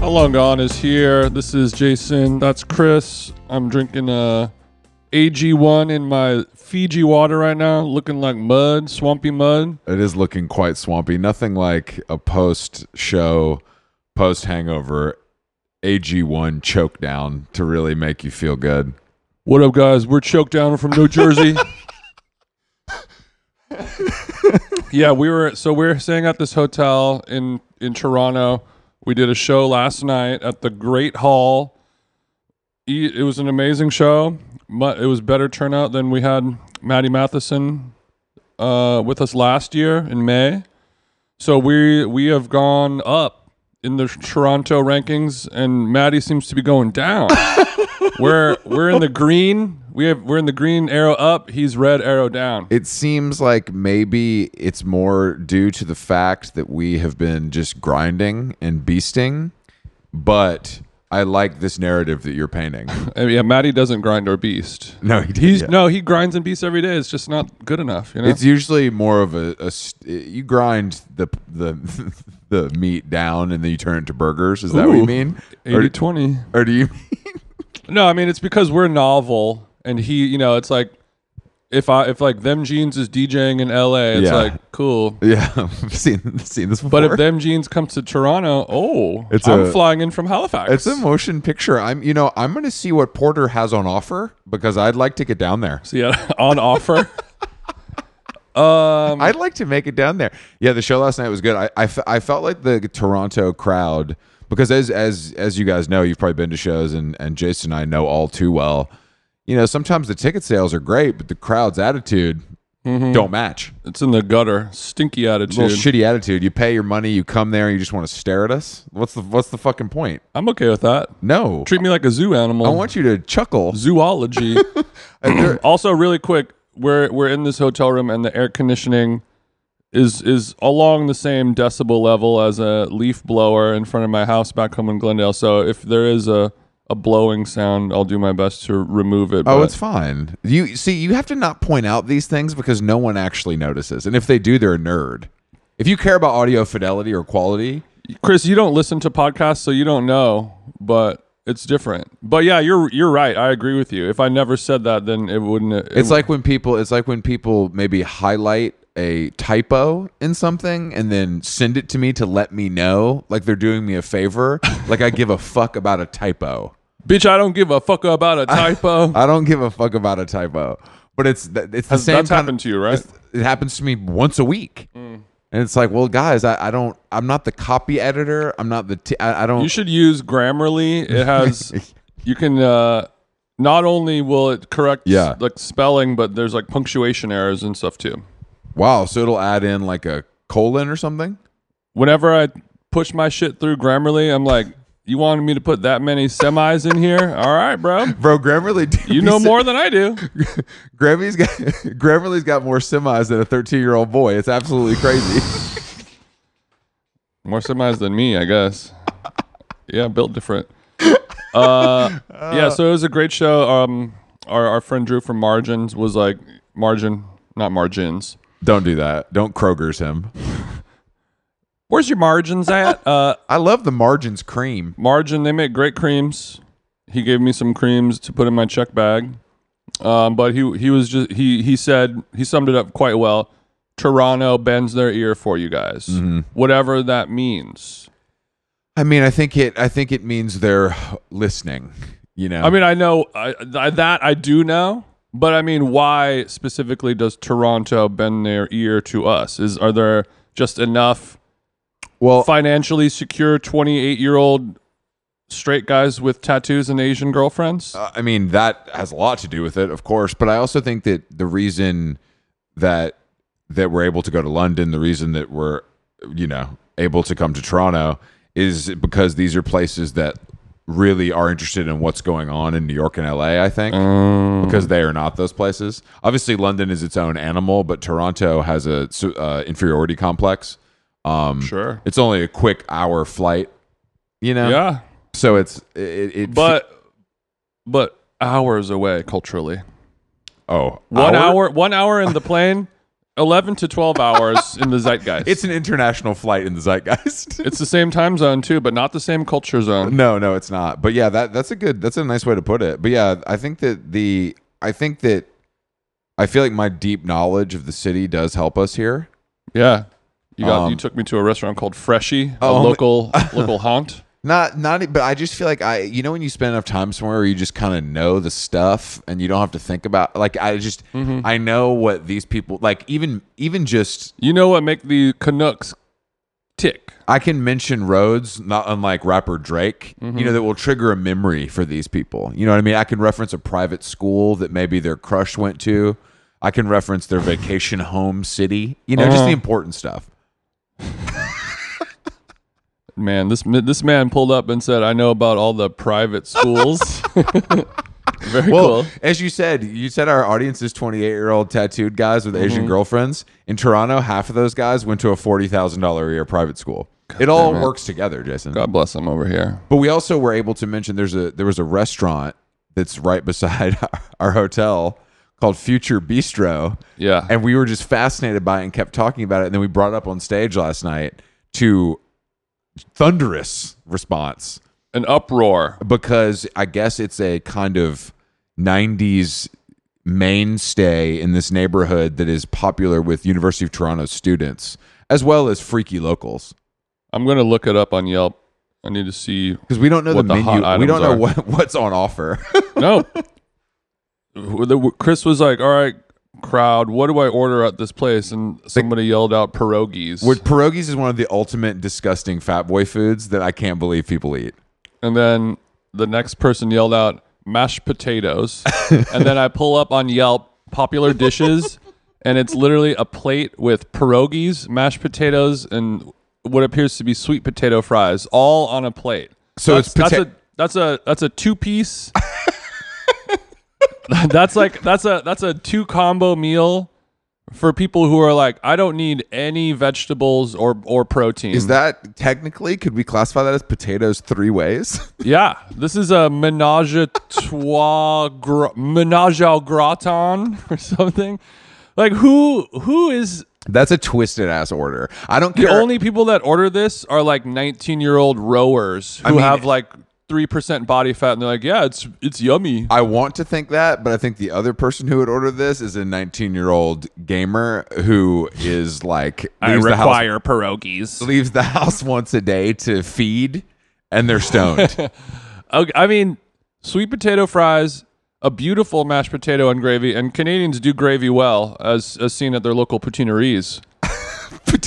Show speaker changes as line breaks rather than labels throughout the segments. How long gone is here? This is Jason. That's Chris. I'm drinking uh, AG1 in my Fiji water right now, looking like mud, swampy mud.
It is looking quite swampy. Nothing like a post show, post hangover AG1 choke down to really make you feel good.
What up, guys? We're choked down from New Jersey. yeah, we were. So we we're staying at this hotel in in Toronto. We did a show last night at the Great Hall. E- It was an amazing show. Mu- It was better turnout than we had Maddie Matheson uh, with us last year in May. So we we have gone up in the Toronto rankings, and Maddie seems to be going down. we're we're in the green. We have we're in the green arrow up. He's red arrow down.
It seems like maybe it's more due to the fact that we have been just grinding and beasting, but I like this narrative that you're painting.
Uh, yeah, Maddie doesn't grind or beast.
No, he
He's
didn't.
no, he grinds and beasts every day. It's just not good enough. You know,
It's usually more of a, a st- you grind the the the meat down and then you turn it to burgers. Is that what
Ooh.
you mean? Or-
80 20.
or do you
No, I mean it's because we're novel, and he, you know, it's like if I if like them jeans is DJing in L.A., it's
Yeah.
like cool.
Yeah, I've seen seen this before.
But if them jeans comes to Toronto, oh,
It's
I'm
a-
flying in from Halifax.
it's a motion picture, I'm you know I'm gonna see what Porter has on offer because I'd like to get down there.
so yeah, on offer. um,
I'd like to make it down there. Yeah, the show last night was good. I, I, fe- I felt like the Toronto crowd because as as as you guys know, you've probably been to shows and and Jason and I know all too well. You know, sometimes the ticket sales are great, but the crowd's attitude don't match.
it's in the gutter, stinky attitude.
Little shitty attitude. You pay your money, you come there, you just want to stare at us. What's the what's the fucking point?
I'm okay with that.
No,
Treat me like a zoo animal.
I want you to chuckle.
zoology. also, really quick, we're we're in this hotel room, and the air conditioning is is along the same decibel level as a leaf blower in front of my house back home in Glendale. So if there is a a blowing sound, I'll do my best to remove it.
Oh,
but-
it's fine. You see, you have to not point out these things because no one actually notices. And if they do, they're a nerd. If you care about audio fidelity or quality,
Chris. You don't listen to podcasts, so you don't know, but. It's different, but yeah, you're you're right. I agree with you. If I never said that, then it wouldn't. It,
it's like when people it's like when people maybe highlight a typo in something and then send it to me to let me know like they're doing me a favor, like I give a fuck about a typo.
bitch. I don't give a fuck about a typo.
I don't give a fuck about a typo. But it's th- it's the
That's
same kind of-
happened to you, right? Mm.
it's- it happens to me once a week. And it's like, well, guys, I, I don't. I'm not the copy editor. I'm not the. T- I, I don't.
You should use Grammarly. It has you can uh not only will it correct
Yeah.
like spelling, but there's like punctuation errors and stuff too.
Wow. So it'll add in like a colon or something.
Whenever I push my shit through Grammarly, I'm like, you wanted me to put that many semis in here? All right, bro.
Bro, Grammarly. dude,
You
he
know
said-
more than I do.
Grammarly's got Grammarly's got more semis than a 13 year old boy. It's absolutely crazy.
More semis than me, I guess. Yeah, built different. Uh, yeah, so it was a great show. Um, our our friend Drew from Margins was like Margin, not Margins.
don't do that. Don't Kroger's him.
Where's your margins at? Uh,
I love the margins cream.
Margin, they make great creams. He gave me some creams to put in my check bag. Um, but he he was just he he said he summed it up quite well. Toronto bends their ear for you guys, whatever that means.
I mean, I think it. I think it means they're listening. You know.
I mean, I know I, I, that I do know, but I mean, why specifically does Toronto bend their ear to us? Is are there just enough
Well,
financially secure 28 year old straight guys with tattoos and Asian girlfriends?
Uh, I mean, that has a lot to do with it, of course. But I also think that the reason that that we're able to go to London, the reason that we're you know able to come to Toronto, is because these are places that really are interested in what's going on in New York and LA. I think
Um.
because they are not those places. Obviously, London is its own animal, but Toronto has a su- uh, inferiority complex. Um,
Sure.
it's only a quick hour flight, you know.
Yeah.
So it's it, it
But but hours away culturally.
oh
One hour one hour in the plane, 11 to 12 hours in the zeitgeist.
It's an international flight in the zeitgeist.
it's the same time zone too, but not the same culture zone.
no, no, it's not. But yeah, that that's a good that's a nice way to put it. But yeah, I think that the I think that I feel like my deep knowledge of the city does help us here.
Yeah. You got
Um,
you took me to a restaurant called Freshie, a
Oh,
local local haunt.
Not not but I just feel like I you know when you spend enough time somewhere where you just kind of know the stuff and you don't have to think about like I just I know what these people like even even just
You know what make the Canucks tick?
I can mention roads, not unlike rapper Drake, you know, that will trigger a memory for these people. You know what I mean? I can reference a private school that maybe their crush went to. I can reference their vacation home city. You know, just the important stuff.
Man, this ma- this man pulled up and said, "I know about all the private schools." Very
Well,
cool.
as you said, you said our audience is 28 year old tattooed guys with Asian girlfriends. In Toronto, half of those guys went to a $40,000 a year private school. it all works together, Jason.
God bless him over here.
But we also were able to mention there's a there was a restaurant that's right beside our hotel called Future Bistro.
Yeah.
And we were just fascinated by it and kept talking about it. And then we brought it up on stage last night to thunderous response
An uproar.
because I guess it's a kind of 90s mainstay in this neighborhood that is popular with University of Toronto students as well as freaky locals.
I'm going to look it up on Yelp. I need to see.
Because we don't know
What
the
the hot
menu. we
items
don't know
are.
what, what's on offer.
No. Who- the- Chris was like, "All right, crowd, what do I order at this place?" And somebody yelled out pierogies.
Which pierogies is one of the ultimate disgusting fat boy foods that I can't believe people eat.
And then the next person yelled out mashed potatoes. and then I pull up on Yelp popular dishes, and it's literally a plate with pierogies, mashed potatoes, and what appears to be sweet potato fries, all on a plate.
So it's
that's,
pota-
that's a that's a that's a two piece. that's like that's a that's a two combo meal for people who are like I don't need any vegetables or or protein.
Is that technically could we classify that as potatoes three ways?
Yeah, this is a menage a trois, gr- menage au gratin or something. Like who who is
That's a twisted ass order. I don't
the
care.
only people that order this are like 19 year old rowers who
mean-
have like three percent body fat and they're like, yeah, it's it's yummy.
I want to think that, but I think the other person who would order this is a 19 year old gamer who is like leaves the house
pierogies.
leaves the house once a day to feed, and they're stoned.
Okay, I mean, sweet potato fries, a beautiful mashed potato and gravy, and Canadians do gravy well, as as seen at their local poutineries.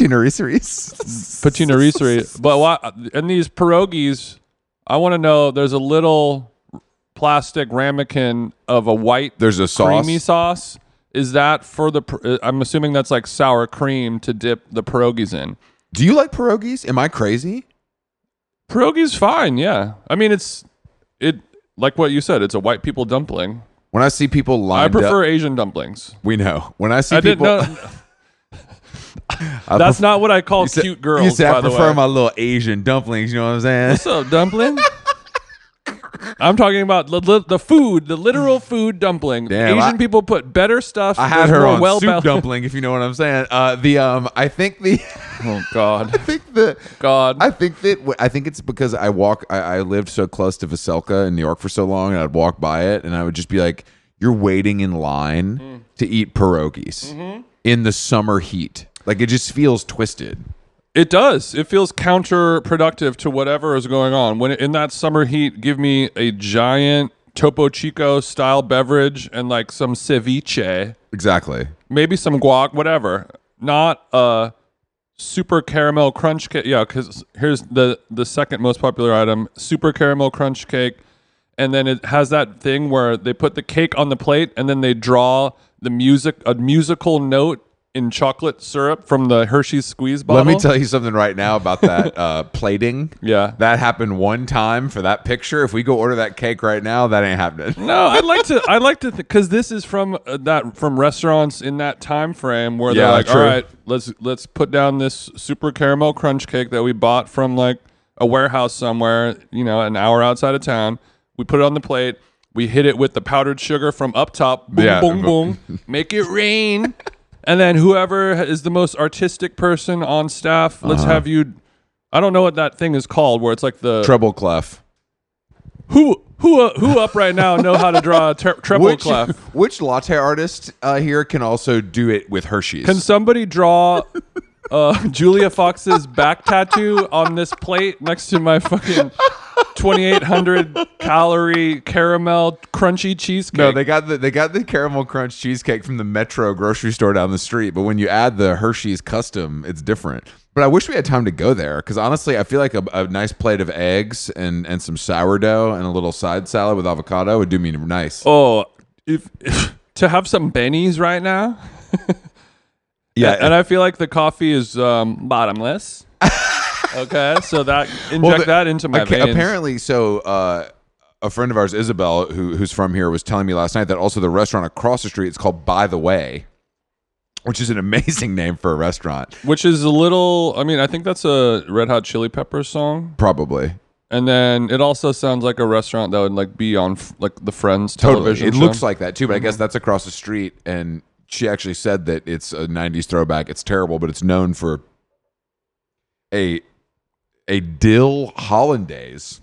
Patineries.
patina risery. But why, and these pierogies, I want to know. There's a little plastic ramekin of a white
There's a sauce.
creamy sauce. Is that for the? pr- uh, I'm assuming that's like sour cream to dip the pierogies in.
Do you like pierogies? Am I crazy?
Pierogies, fine. Yeah, I mean it's it like what you said. It's a white people dumpling.
When I see people
I
lined up,
prefer Asian dumplings.
we know. When I see
I didn't
people,
know.
I
That's not what I call
You said-
cute girls.
You said
by
I
the
prefer
way.
my little Asian dumplings. You know what I'm saying?
What's up, dumpling? I'm talking about the, li- the food, the literal food dumpling.
Damn,
Asian
I-
people put better stuff.
I had
there's
her
more
on soup
bal-
dumpling, if you know what I'm saying. Uh, the um, I think the,
Oh God,
I think the,
God.
I think that I think it's because I walk. I, I lived so close to Veselka in New York for so long, and I'd walk by it, and I would just be like, "You're waiting in line
Mm.
to eat pierogies
Mm-hmm.
in the summer heat. Like it just feels twisted."
it does. It feels counterproductive to whatever is going on. When in that summer heat, give me a giant Topo Chico style beverage and like some ceviche,
Exactly.
maybe some guac, whatever. Not a super caramel crunch cake. Yeah, because here's the the second most popular item: super caramel crunch cake. And then it has that thing where they put the cake on the plate, and then they draw the music a musical note in chocolate syrup from the Hershey's squeeze bottle.
Let me tell you something right now about that uh, plating.
Yeah.
That happened one time for that picture. If we go order that cake right now, that ain't happening.
No, I'd like to. I'd like to because this is from uh, that from restaurants in that time frame where they're
Yeah,
like,
true.
all right, let's let's put down this super caramel crunch cake that we bought from like a warehouse somewhere, you know, an hour outside of town. We put it on the plate. We hit it with the powdered sugar from up top. Boom,
Yeah.
boom, boom. Make it rain. And then whoever is the most artistic person on staff, let's
Uh-huh.
have you. I don't know what that thing is called, where it's like the
Treble clef.
who who uh, who up right now know how to draw a tre- treble
Which,
clef.
which latte artist uh, here can also do it with Hershey's?
Can somebody draw uh, Julia Fox's back tattoo on this plate next to my fucking 2,800 calorie caramel crunchy cheesecake?
no, they got the they got the caramel crunch cheesecake from the Metro grocery store down the street, but when you add the Hershey's custom, it's different. But I wish we had time to go there because honestly, I feel like a, a nice plate of eggs and and some sourdough and a little side salad with avocado would do me nice.
oh, if, if to have some bennies right now,
yeah,
and I feel like the coffee is um, bottomless. okay, so that inject
Well, the-
that into my
okay,
veins.
Apparently, so uh, a friend of ours, Isabel, who who's from here, was telling me last night that also the restaurant across the street it's called By the Way, which is an amazing name for a restaurant,
which is a little. I mean, I think that's a Red Hot Chili Peppers song.
probably.
And then it also sounds like a restaurant that would like be on f- like the Friends
Totally,
television.
it
show. Mm-hmm.
looks like that too, but I guess that's across the street. And she actually said that it's a '90s throwback. It's terrible, but it's known for a a dill hollandaise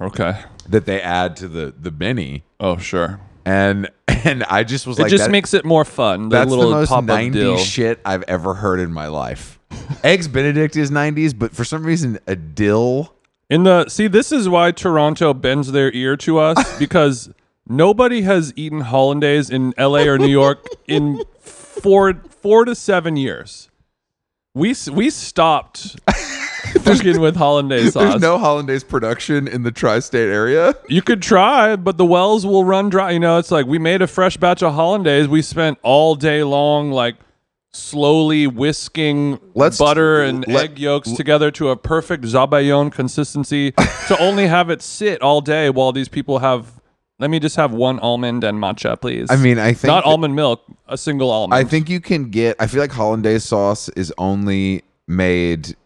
okay.
that they add to the the mini.
Oh sure.
And and I just was
It
like,
just
that-
makes it more fun. The
That's
little
the most
pop up
90s
deal.
shit I've ever heard in my life. Eggs Benedict is 90s, but for some reason, a dill.
In the see, this is why Toronto bends their ear to us because nobody has eaten hollandaise in L.A. or New York in four four to seven years. We s- we stopped fucking with hollandaise sauce.
There's no hollandaise production in the tri state area.
You could try, but the wells will run dry. You know, it's like we made a fresh batch of hollandaise. We spent all day long, like slowly whisking
Let's-
butter and
let-
egg yolks together to a perfect zabayon consistency to only have it sit all day while these people have. Let me just have one almond and matcha, please.
I mean, I think
not
that-
almond milk, a single almond.
I think you can get, I feel like hollandaise sauce is only made,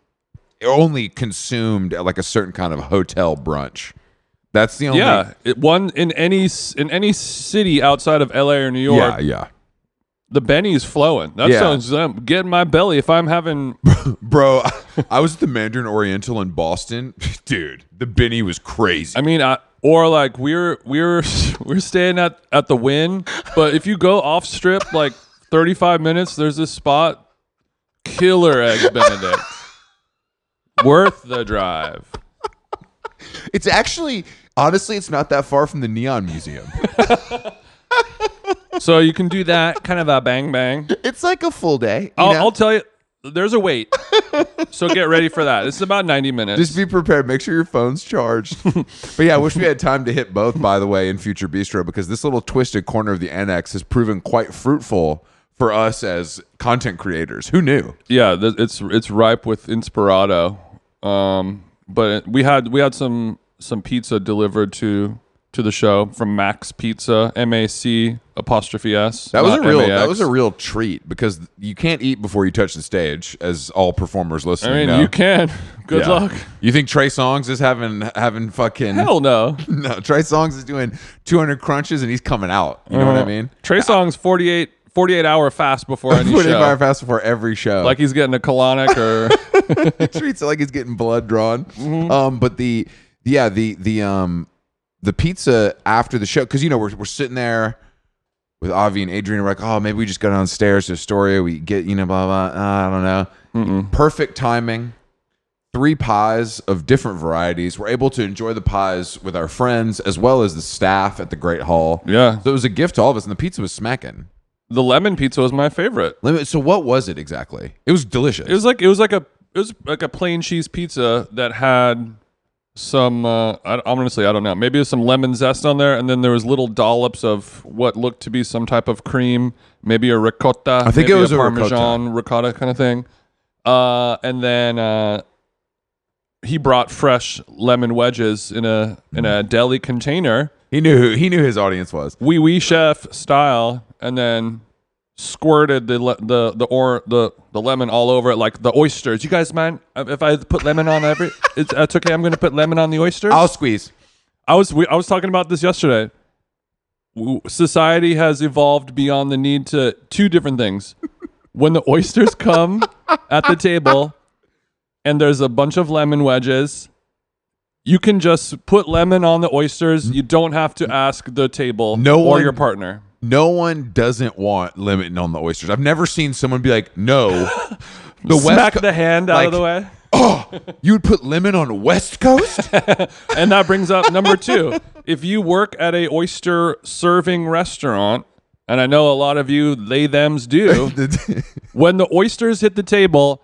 only consumed at like a certain kind of hotel brunch. That's the only.
yeah, it, one in any s- in any city outside of LA or New York,
Yeah, yeah.
the Benny's flowing. That
Yeah.
sounds um, get in my belly if I'm having
Bro, I was at the Mandarin Oriental in Boston. Dude, the Benny was crazy.
I mean, I, or like we're we're we're staying at at the Win, but if you go off strip like 35 minutes, there's this spot, killer eggs Benedict, worth the drive.
It's actually, honestly, it's not that far from the Neon Museum.
So you can do that kind of a bang bang.
it's like a full day. you
I'll,
know?
I'll tell you, there's a wait, so get ready for that. It's about 90 minutes.
just be prepared. Make sure your phone's charged. but yeah, I wish we had time to hit both, by the way, in Future Bistro, because this little twisted corner of the annex has proven quite fruitful for us as content creators. Who knew?
yeah, th- it's it's ripe with inspirado. Um, but it- we had we had some some pizza delivered to to the show from Max Pizza, M A C apostrophe S.
That was
not
a real
MAX.
that was a real treat because you can't eat before you touch the stage, as all performers
I
listening
mean,
know.
you can. Good
Yeah.
luck.
You think Trey Songs is having having fucking
Hell no.
no? Trey Songs is doing 200 crunches and he's coming out. You know what I
Uh-huh.
mean?
Trey Song's 48, 48 hour fast before any
Put in
show.
fire fast before every show.
Like he's getting a colonic or
treats it like he's getting blood drawn.
Mm-hmm.
Um, but the yeah the the um the pizza after the show because you know we're we're sitting there with Avi and Adrian. We're like, oh, maybe we just go downstairs to Astoria. We get you know blah blah. Uh, I don't know. Perfect timing. Three pies of different varieties. We're able to enjoy the pies with our friends as well as the staff at the Great Hall.
yeah.
So it was a gift to all of us, and the pizza was smacking.
the lemon pizza was my favorite.
Lemon- So what was it exactly? It was delicious.
It was like it was like a it was like a plain cheese pizza that had some uh, I, honestly I don't know maybe it was some lemon zest on there and then there was little dollops of what looked to be some type of cream maybe a ricotta
I think
maybe
it was a ricotta.
parmesan ricotta. kind of thing uh, and then uh, he brought fresh lemon wedges in a in a
Mm.
deli container
he knew who, he knew his audience was.
wee wee chef style, and then squirted the le- the the or the the lemon all over it like the oysters. You guys mind if I put lemon on every? It's, it's okay. I'm going to put lemon on the oysters.
I'll squeeze.
I was we, I was talking about this yesterday. W- Society has evolved beyond the need to two different things. When the oysters come at the table and there's a bunch of lemon wedges, you can just put lemon on the oysters. You don't have to ask the table
No
or
one-
your partner.
No one doesn't want lemon on the oysters. I've never seen someone be like, no. The
Smack
Coast-
the hand out of the way.
You would put lemon on West Coast?
And that brings up number two. If you work at a oyster serving restaurant, and I know a lot of you they thems do, when the oysters hit the table,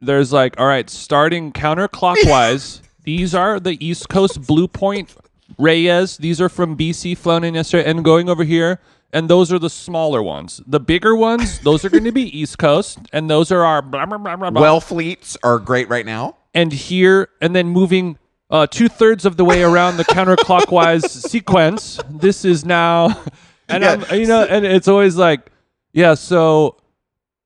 there's like, all right, starting counterclockwise, these are the East Coast Blue Point Reyes. These are from BC, flown in yesterday, and going over here. And those are the smaller ones. The bigger ones, those are going to be East Coast, and those are our blah, blah, blah, blah, blah.
well fleets are great right now.
and here, and then moving uh, two thirds of the way around the counterclockwise sequence. This is now, and I'm, you know, and it's always like, yeah. So,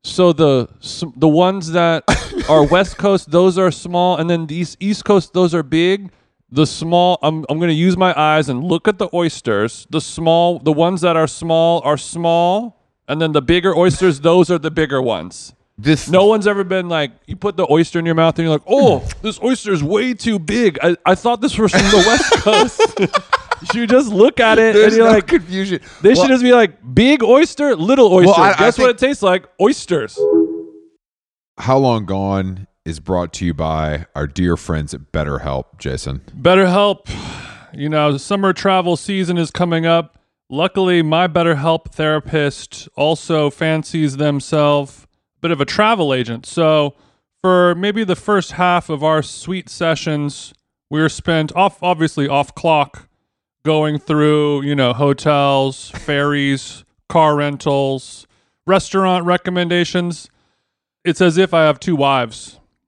so the s- the ones that are West Coast, those are small, and then these East Coast, those are big. The small, I'm I'm gonna use my eyes and look at the oysters. The small, the ones that are small are small, and then the bigger oysters, those are the bigger ones.
This
No one's ever been like, you put the oyster in your mouth and you're like, oh, this oyster is way too big. I, I thought this was from the West Coast. you just look at it
there's
and you're
no
like,
confusion.
they
Well,
should just be like, big oyster, little oyster.
I- I
Guess what it
think-
tastes like? Oysters.
How Long Gone is brought to you by our dear friends at BetterHelp, Jason.
BetterHelp, you know, the summer travel season is coming up. Luckily, my BetterHelp therapist also fancies themselves a bit of a travel agent. So, for maybe the first half of our sweet sessions, we were spent off, obviously, off clock going through, you know, hotels, ferries, car rentals, restaurant recommendations. It's as if I have two wives.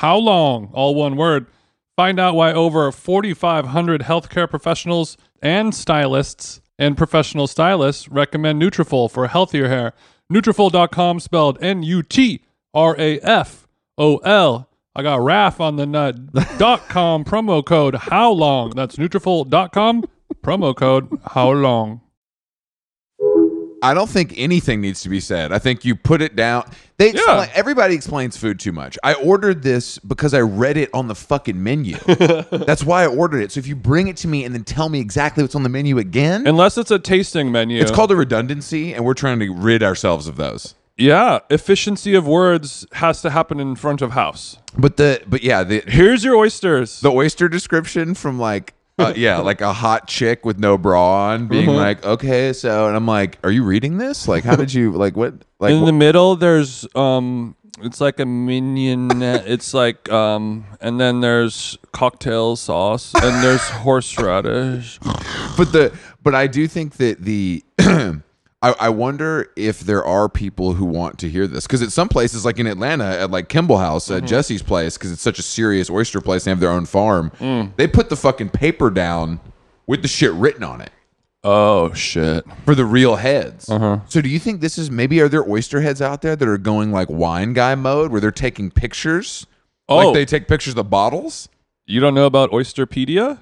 how long? All one word. Find out why over 4,500 healthcare professionals and stylists and professional stylists recommend Nutrafol for healthier hair. Nutrafol.com spelled N-U-T-R-A-F-O-L. I got RAF on the nut. dot com promo code how long? That's Nutrafol.com promo code how long?
I don't think anything needs to be said. I think you put it down. They explain, everybody explains food too much. I ordered this because I read it on the fucking menu. That's why I ordered it. So if you bring it to me and then tell me exactly what's on the menu again,
Unless it's a tasting menu.
it's called a redundancy, and we're trying to rid ourselves of those.
Yeah, efficiency of words has to happen in front of house.
But the but yeah the
Here's your oysters.
the oyster description from like uh, yeah like a hot chick with no bra on being like okay so and I'm like are you reading this like how did you like what like
in the middle there's um it's like a minion it's like um and then there's cocktail sauce and there's horseradish.
but the but I do think that the I, I wonder if there are people who want to hear this because at some places like in Atlanta at like Kimball House
Mm-hmm.
at Jesse's place because it's such a serious oyster place they have their own farm
Mm.
they put the fucking paper down with the shit written on it
Oh shit. Uh-huh.
for the real heads. So do you think this is maybe are there oyster heads out there that are going like wine guy mode where they're taking pictures?
Oh.
Like they take pictures of the bottles?
You don't know about Oysterpedia?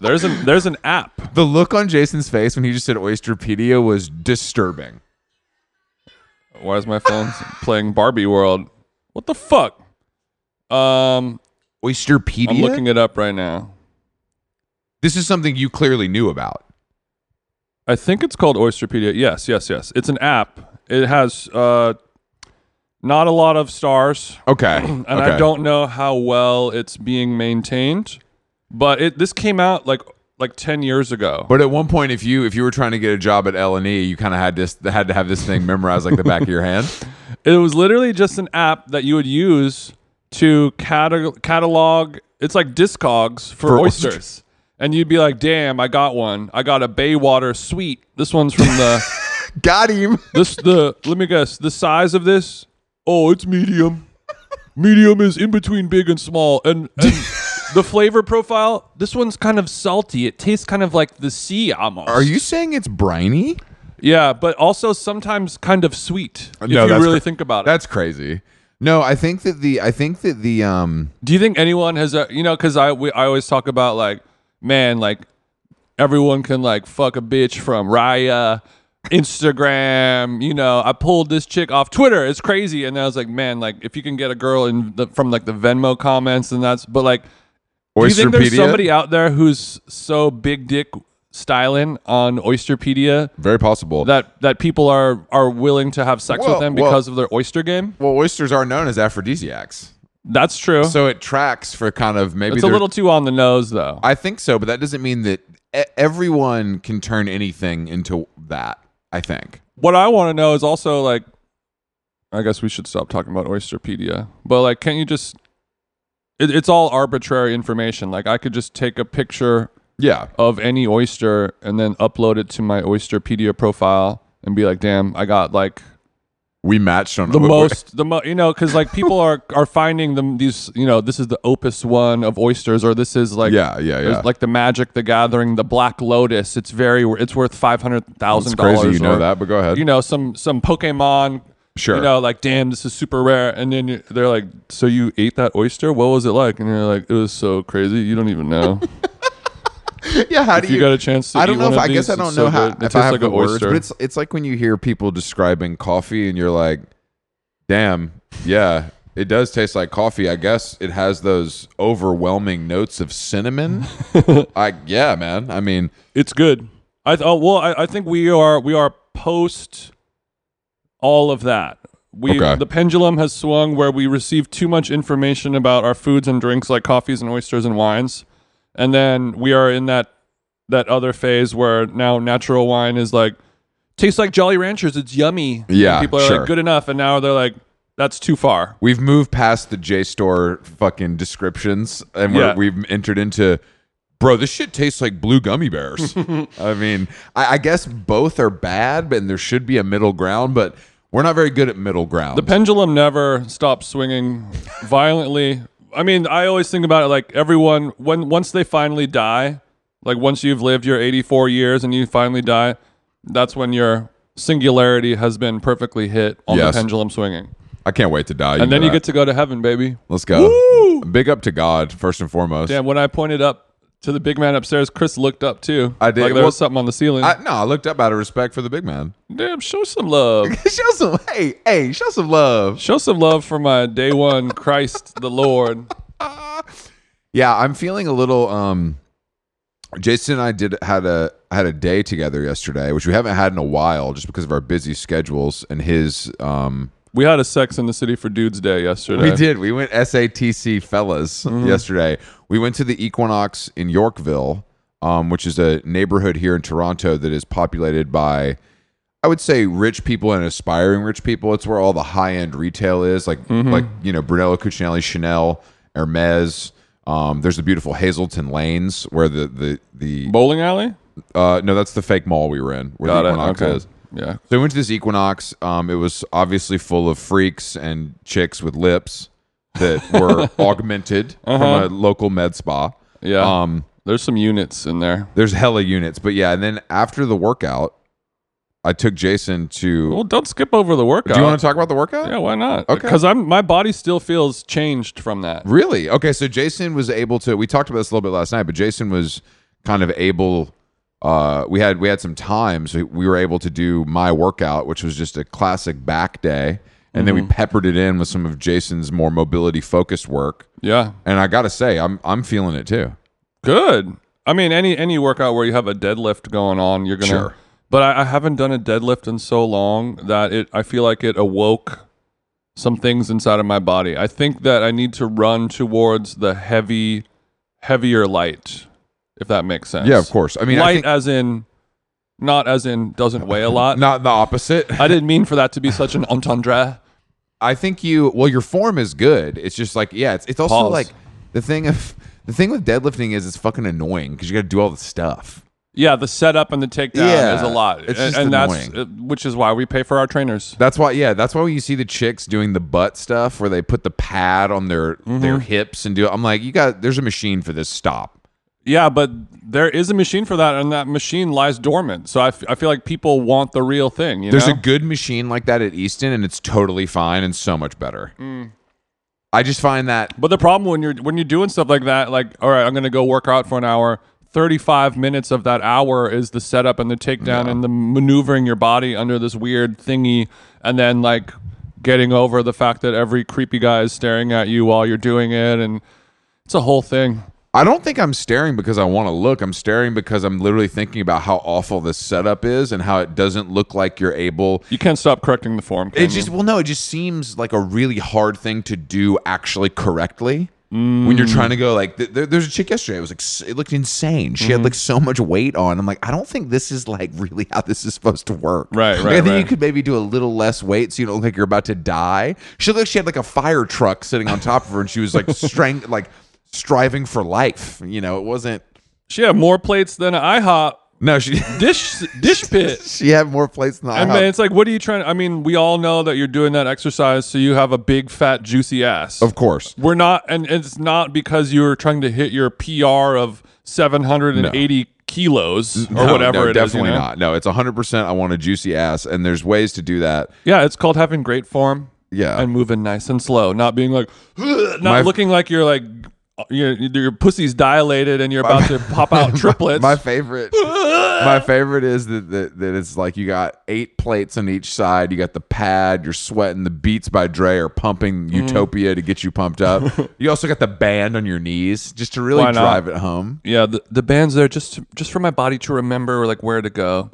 there's an there's an app.
The look on Jason's face when he just said Oysterpedia was disturbing.
Why is my phone playing Barbie World? What the fuck? Um
Oysterpedia?
I'm looking it up right now.
this is something you clearly knew about.
I think it's called Oysterpedia. Yes, yes, yes. It's an app. It has uh not a lot of stars.
Okay.
and I don't know how well it's being maintained. But it this came out like like ten years ago.
But at one point if you if you were trying to get a job at L and E, you kinda had this had to have this thing memorized like the back of your hand.
It was literally just an app that you would use to cata- catalog. It's like Discogs for,
For
oysters.
oysters.
and you'd be like, "Damn, I got one. I got a Baywater Sweet. This one's from the
Got him.
this the. Let me guess. The size of this? Oh, it's medium. Medium is in between big and small, and, and the flavor profile. This one's kind of salty. It tastes kind of like the sea almost.
Are you saying it's briny?
Yeah, but also sometimes kind of sweet. If
No,
you
that's
really
cor-
think about it.
That's crazy. No, I think that the I think that the um
Do you think anyone has, uh, you know, because I we, I always talk about like, man, like everyone can like fuck a bitch from Raya, Instagram. You know, I pulled this chick off Twitter. It's crazy, and I was like, man, like if you can get a girl in the, from like the Venmo comments, and that's but like, do you think there's
Oysterpedia?
somebody out there who's so big dick styling on Oysterpedia
Very possible.
that that people are are willing to have sex
Well,
with them
well-
because of their oyster game?
well, oysters are known as aphrodisiacs,
That's true.
so it tracks for kind of maybe
it's a
they're-
little too on the nose though.
I think so, but that doesn't mean that e- everyone can turn anything into that. I think.
what I want to know is also like, I guess we should stop talking about Oysterpedia, but like, can't you just? It, it's all arbitrary information. Like, I could just take a picture
Yeah.
of any oyster and then upload it to my Oysterpedia profile and be like, "Damn, I got like
We matched on
the most, the mo- you know, because like people are are finding them these, you know, this is the opus one of oysters, or this is like,
Yeah, yeah,
there's
yeah.
like the Magic, the Gathering, the Black Lotus. It's very, it's worth five hundred
It's
thousand dollars.
crazy you know that, but go ahead.
you know some some pokemon
Sure.
you know like damn this is super rare and then you, they're like so you ate that oyster what was it like and you're like it was so crazy you don't even know
yeah. How do
if you got a chance to
I don't
eat
know.
one
If,
of
I guess
these,
I
it's
don't
so
know how
good. it
if
tastes
I have
like
the
an
words,
oyster
but it's it's like when you hear people describing coffee and you're like, "Damn, yeah, it does taste like coffee." I guess it has those overwhelming notes of cinnamon. I yeah, man. I mean,
It's good i th- oh well I, I think we are we are post all of that we
Okay.
the pendulum has swung where we receive too much information about our foods and drinks like coffees and oysters and wines and then we are in that that other phase where now natural wine is like tastes like Jolly Ranchers. It's yummy. And
Yeah,
people are
sure.
like good enough, and now they're like that's too far.
we've moved past the JSTOR fucking descriptions, and we're,
Yeah.
we've entered into. Bro, this shit tastes like blue gummy bears. I mean, I, I guess both are bad, but and there should be a middle ground, but we're not very good at middle ground.
The pendulum never stops swinging violently. I mean, I always think about it like everyone when once they finally die, like once you've lived your 84 years and you finally die, that's when your singularity has been perfectly hit on
Yes.
the pendulum swinging.
I can't wait to die.
And then
know
you
that.
get to go to heaven, baby.
Let's go. Big up to God first and foremost.
Damn, when I pointed up to the big man upstairs. Chris looked up too.
I did.
Like there
Well,
was something on the ceiling.
I, no, I looked up out of respect for the big man.
Damn, show some love.
show some, hey, hey, show some love.
show some love for my day one Christ the Lord.
Yeah, I'm feeling a little. um Jason and I did had a had a day together yesterday, which we haven't had in a while, just because of our busy schedules and his. um
We had a Sex in the City for Dudes Day yesterday.
We did. We went SATC fellas
Mm-hmm.
yesterday. We went to the Equinox in Yorkville, um, which is a neighborhood here in Toronto that is populated by, I would say, rich people and aspiring rich people. It's where all the high end retail is, like
Mm-hmm.
like you know Brunello Cucinelli, Chanel, Hermes. Um, there's the beautiful Hazelton Lanes where the the the
Bowling alley?
uh, no, that's the fake mall we were in where
Got
the
it.
Equinox
Okay.
is.
Yeah.
So we went to this Equinox. Um, it was obviously full of freaks and chicks with lips that were augmented from a local med spa.
Uh-huh. Yeah.
Um,
There's some units in there.
there's hella units, but yeah. And then after the workout, I took Jason to.
Well, don't skip over the workout.
do you want to talk about the workout?
Yeah, why not?
Okay.
Because I'm my body still feels changed from that.
Really? Okay, so Jason was able to we talked about this a little bit last night, but Jason was kind of able uh we had we had some time so we were able to do my workout, which was just a classic back day, and
Mm-hmm.
then we peppered it in with some of Jason's more mobility focused work.
Yeah.
And I got to say, I'm I'm feeling it too.
Good. I mean, any any workout where you have a deadlift going on, you're gonna.
Sure.
But I, I haven't done a deadlift in so long that it. I feel like it awoke some things inside of my body. I think that I need to run towards the heavy, heavier light, if that makes sense.
Yeah, of course. I mean, I
light uh,
think
as in, not as in doesn't weigh a lot.
not the opposite.
I didn't mean for that to be such an entendre.
I think you well your form is good. It's just like yeah, it's it's also
Pause.
like the thing of the thing with deadlifting is it's fucking annoying cuz you got to do all the stuff.
Yeah, the setup and the takedown
Yeah,
is a lot,
it's
and,
just
and that's uh, which is why we pay for our trainers.
That's why, yeah, that's why when you see the chicks doing the butt stuff where they put the pad on their their hips and do it. I'm like, you got there's a machine for this. Stop.
Yeah, but there is a machine for that, and that machine lies dormant. So I, f- I feel like people want the real thing. You
There's
know?
a good machine like that at Easton, and it's totally fine and so much better. I just find that
but the problem when you're when you're doing stuff like that, like all right, I'm gonna go work out for an hour. Thirty-five minutes of that hour is the setup and the takedown and the maneuvering your body under this weird thingy, and then like getting over the fact that every creepy guy is staring at you while you're doing it, and it's a whole thing.
I don't think I'm staring because I want to look. I'm staring because I'm literally thinking about how awful this setup is and how it doesn't look like you're able.
You can't stop correcting the form. can
It
you?
just well, no, it just seems like a really hard thing to do actually correctly. When you're trying to go like, th- there, there's a chick yesterday. It was like, s- it looked insane. She
Mm-hmm.
had like so much weight on. I'm like, I don't think this is like really how this is supposed to work.
Right,
Like,
right,
I think you
right.
could maybe do a little less weight so you don't look like you're about to die. She looked like she had like a fire truck sitting on top of her, and she was like strength, like striving for life. You know, it wasn't.
she had more plates than an IHOP
No, she
dish dish pit.
she had more plates than I.
I mean, it's like, what are you trying? I mean, we all know that you're doing that exercise, so you have a big, fat, juicy ass.
of course.
We're not, and it's not because you're trying to hit your PR of 780 kilos or
No,
whatever
no,
it is.
definitely
you know?
not. No, it's 100%. I want a juicy ass, and there's ways to do that.
Yeah, it's called having great form.
Yeah.
and moving nice and slow, not being like, not
My-
looking like you're like. Your, your pussy's dilated and you're about to pop out triplets.
My favorite, my favorite is that, that that it's like you got eight plates on each side. You got the pad. You're sweating. The beats by Dre are pumping
Mm-hmm.
Utopia to get you pumped up. you also got the band on your knees just to really
Why not?
drive it home.
yeah, the, the band's there just to, just for my body to remember like where to go.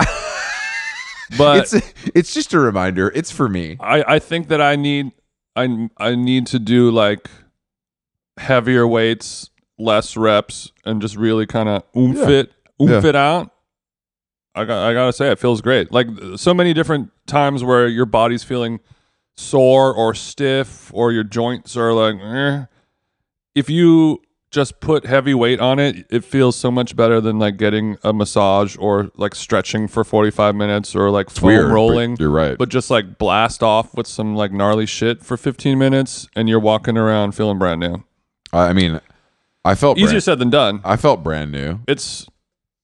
but
It's it's just a reminder. It's for me.
I, I think that I need I I need to do like heavier weights, less reps, and just really kind of oomph
Yeah.
it oomph
Yeah.
it out. I got I gotta say it feels great. Like th- so many different times where your body's feeling sore or stiff or your joints are like, eh. if you just put heavy weight on it, it feels so much better than like getting a massage or like stretching for forty five minutes or like foam
weird, but
rolling
you're right.
but just like blast off with some like gnarly shit for 15 minutes and you're walking around feeling brand new.
I, I mean, I felt
Easier
brand,
said than done.
I felt brand new.
It's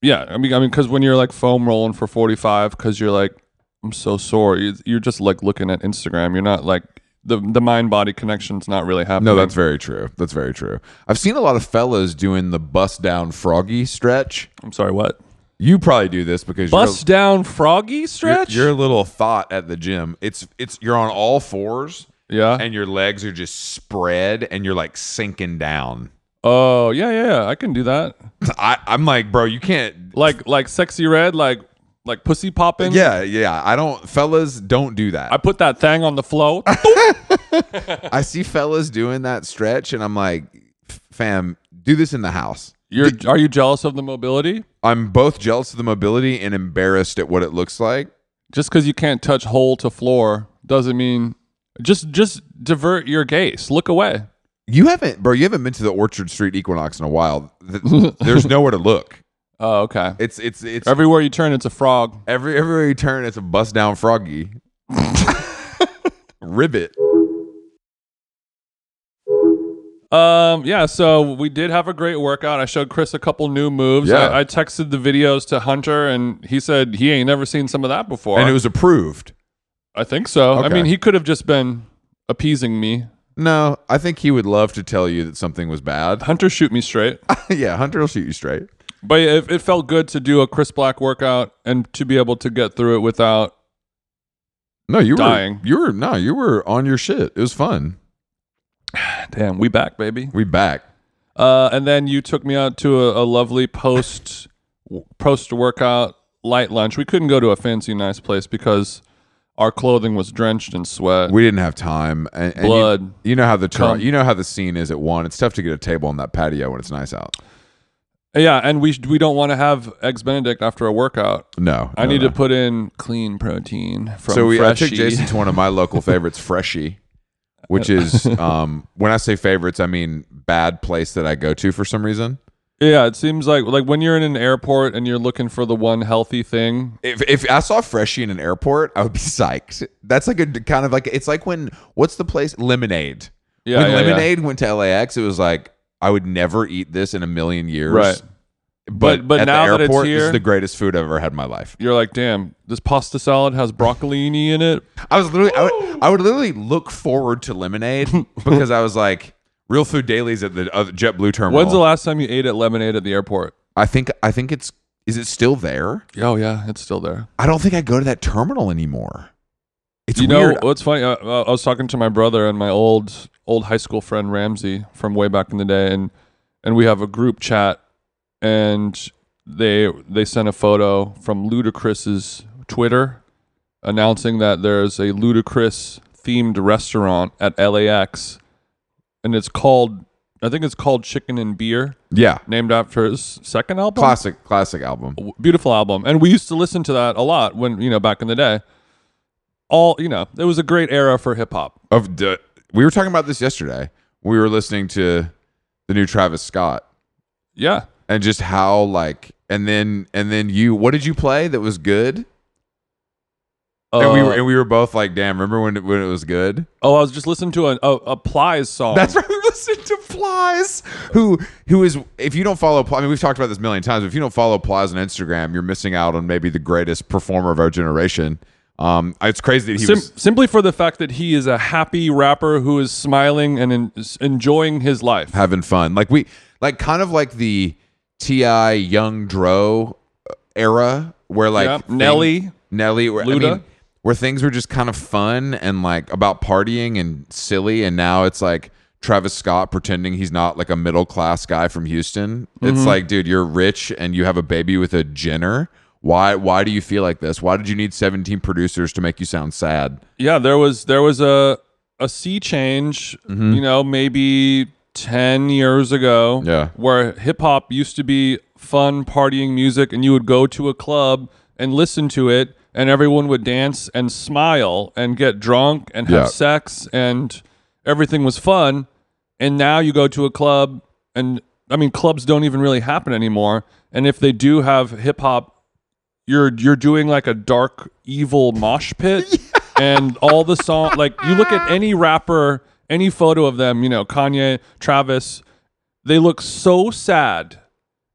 yeah, I mean I mean cuz when you're like foam rolling for 45 cuz you're like I'm so sore. You- You're just like looking at Instagram. You're not like the the mind body connection's not really happening.
No, that's very true. That's very true. I've seen a lot of fellas doing the bust down froggy stretch.
I'm sorry. What?
You probably do this because
Bust down froggy
you're, you're
stretch.
you're a little thought at the gym. It's it's you're on all fours
yeah.
and your legs are just spread and you're like sinking down.
oh yeah, yeah, yeah. I can do that.
I, I'm like, bro, you can't
Like like sexy red, like like pussy popping.
Yeah, yeah. I don't fellas don't do that.
I put that thing on the flow.
I see fellas doing that stretch, and I'm like, fam, do this in the house.
You're are you jealous of the mobility?
I'm both jealous of the mobility and embarrassed at what it looks like.
Just because you can't touch hole to floor doesn't mean just just divert your gaze. Look away.
You haven't, bro. You haven't been to the Orchard Street Equinox in a while. Th- There's nowhere to look.
Oh, okay.
It's it's it's every
Everywhere you turn, it's a frog.
every everywhere you turn, it's a bust down froggy. Ribbit.
Um, yeah, so we did have a great workout. I showed Chris a couple new moves.
Yeah.
I, I texted the videos to Hunter and he said he ain't never seen some of that before.
And it was approved.
I think so. I
Okay.
mean, he could have just been appeasing me.
No, I think he would love to tell you that something was bad.
Hunter shoot me straight.
yeah, Hunter will shoot you straight.
but it, it felt good to do a Chris Black workout and to be able to get through it without
No, you
Dying.
were you were no, you were on your shit. It was fun.
damn, we back, baby.
We back.
Uh, and then you took me out to a, a lovely post post workout light lunch. We couldn't go to a fancy nice place because our clothing was drenched in sweat.
We didn't have time. And, and you-
Blood.
You, know how the Tor-
Come.
you know how the scene is at one. It's tough to get a table on that patio when it's nice out.
Yeah, and we we don't want to have eggs Benedict after a workout.
No,
I
no,
need
no.
to put in clean protein from
So we I
Freshii.
took Jason to one of my local favorites, Freshie, which
Uh,
is um, when I say favorites, I mean bad place that I go to for some reason.
yeah, it seems like like when you're in an airport and you're looking for the one healthy thing.
If, if I saw Freshie in an airport, I would be psyched. That's like a d- kind of like it's like when what's the place Lemonade.
Yeah,
when
yeah, yeah.
Lemonade went to LAX, it was like I would never eat this in a million years.
Right.
But
But- but
at
now
the
that it's
airport, this is
here-
the greatest food I've ever had in my life.
You're like, damn, this pasta salad has broccolini in it.
I was literally, I would, I would literally look forward to lemonade because I was like, real food dailies at the uh, JetBlue terminal.
When's the last time you ate at Lemonade at the airport?
I think, I think it's, is it still there?
Oh yeah, it's still there.
I don't think I go to that terminal anymore. It's
you
weird.
know what's funny? Uh, uh, I was talking to my brother and my old old high school friend Ramsey from way back in the day, and and we have a group chat, and they they sent a photo from Ludacris's Twitter announcing that there's a Ludacris themed restaurant at LAX, and it's called I think it's called Chicken and Beer,
yeah.
named after his second album
Classic, classic album.
w- beautiful album and we used to listen to that a lot when you know back in the day all you know it was a great era for hip hop
Of the, we were talking about this yesterday. We were listening to the new Travis Scott
yeah
and just how like, and then, and then you, what did you play that was good? and we
Uh,
were, and we were both like, damn, remember when, it- when it was good?
oh i was just listening to a, a, a plies song
That's right. We listened to Plies, who who is if you don't follow Plies, I mean we've talked about this a million times. But if you don't follow Plies on Instagram, you're missing out on maybe the greatest performer of our generation. Um, it's crazy that he
Sim-
was
simply for the fact that he is a happy rapper who is smiling and en- s- enjoying his life
having fun. Like we like kind of like the Ti Young Dro era where like
Yeah, Nelly.
Nelly, where, I
Luda.
mean, where things were just kind of fun and like about partying and silly, and now it's like Travis Scott pretending he's not like a middle class guy from Houston.
Mm-hmm.
It's like, dude, you're rich and you have a baby with a Jenner. Why? Why do you feel like this? Why did you need 17 producers to make you sound sad?
yeah there was there was a a sea change
Mm-hmm.
you know maybe 10 years ago
Yeah.
where hip hop used to be fun partying music and you would go to a club and listen to it and everyone would dance and smile and get drunk and have
Yeah.
sex and everything was fun and now you go to a club and I mean clubs don't even really happen anymore and if they do have hip hop you're you're doing like a dark evil mosh pit and all the song like you look at any rapper any photo of them you know Kanye Travis they look so sad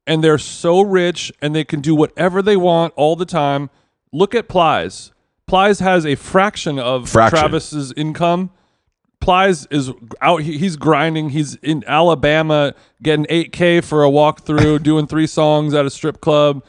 and they're so rich and they can do whatever they want all the time look at Plies Plies has a fraction of
Fraction.
Travis's income Plies is out. he- He's grinding. He's in Alabama getting 8K for a walkthrough, doing three songs at a strip club.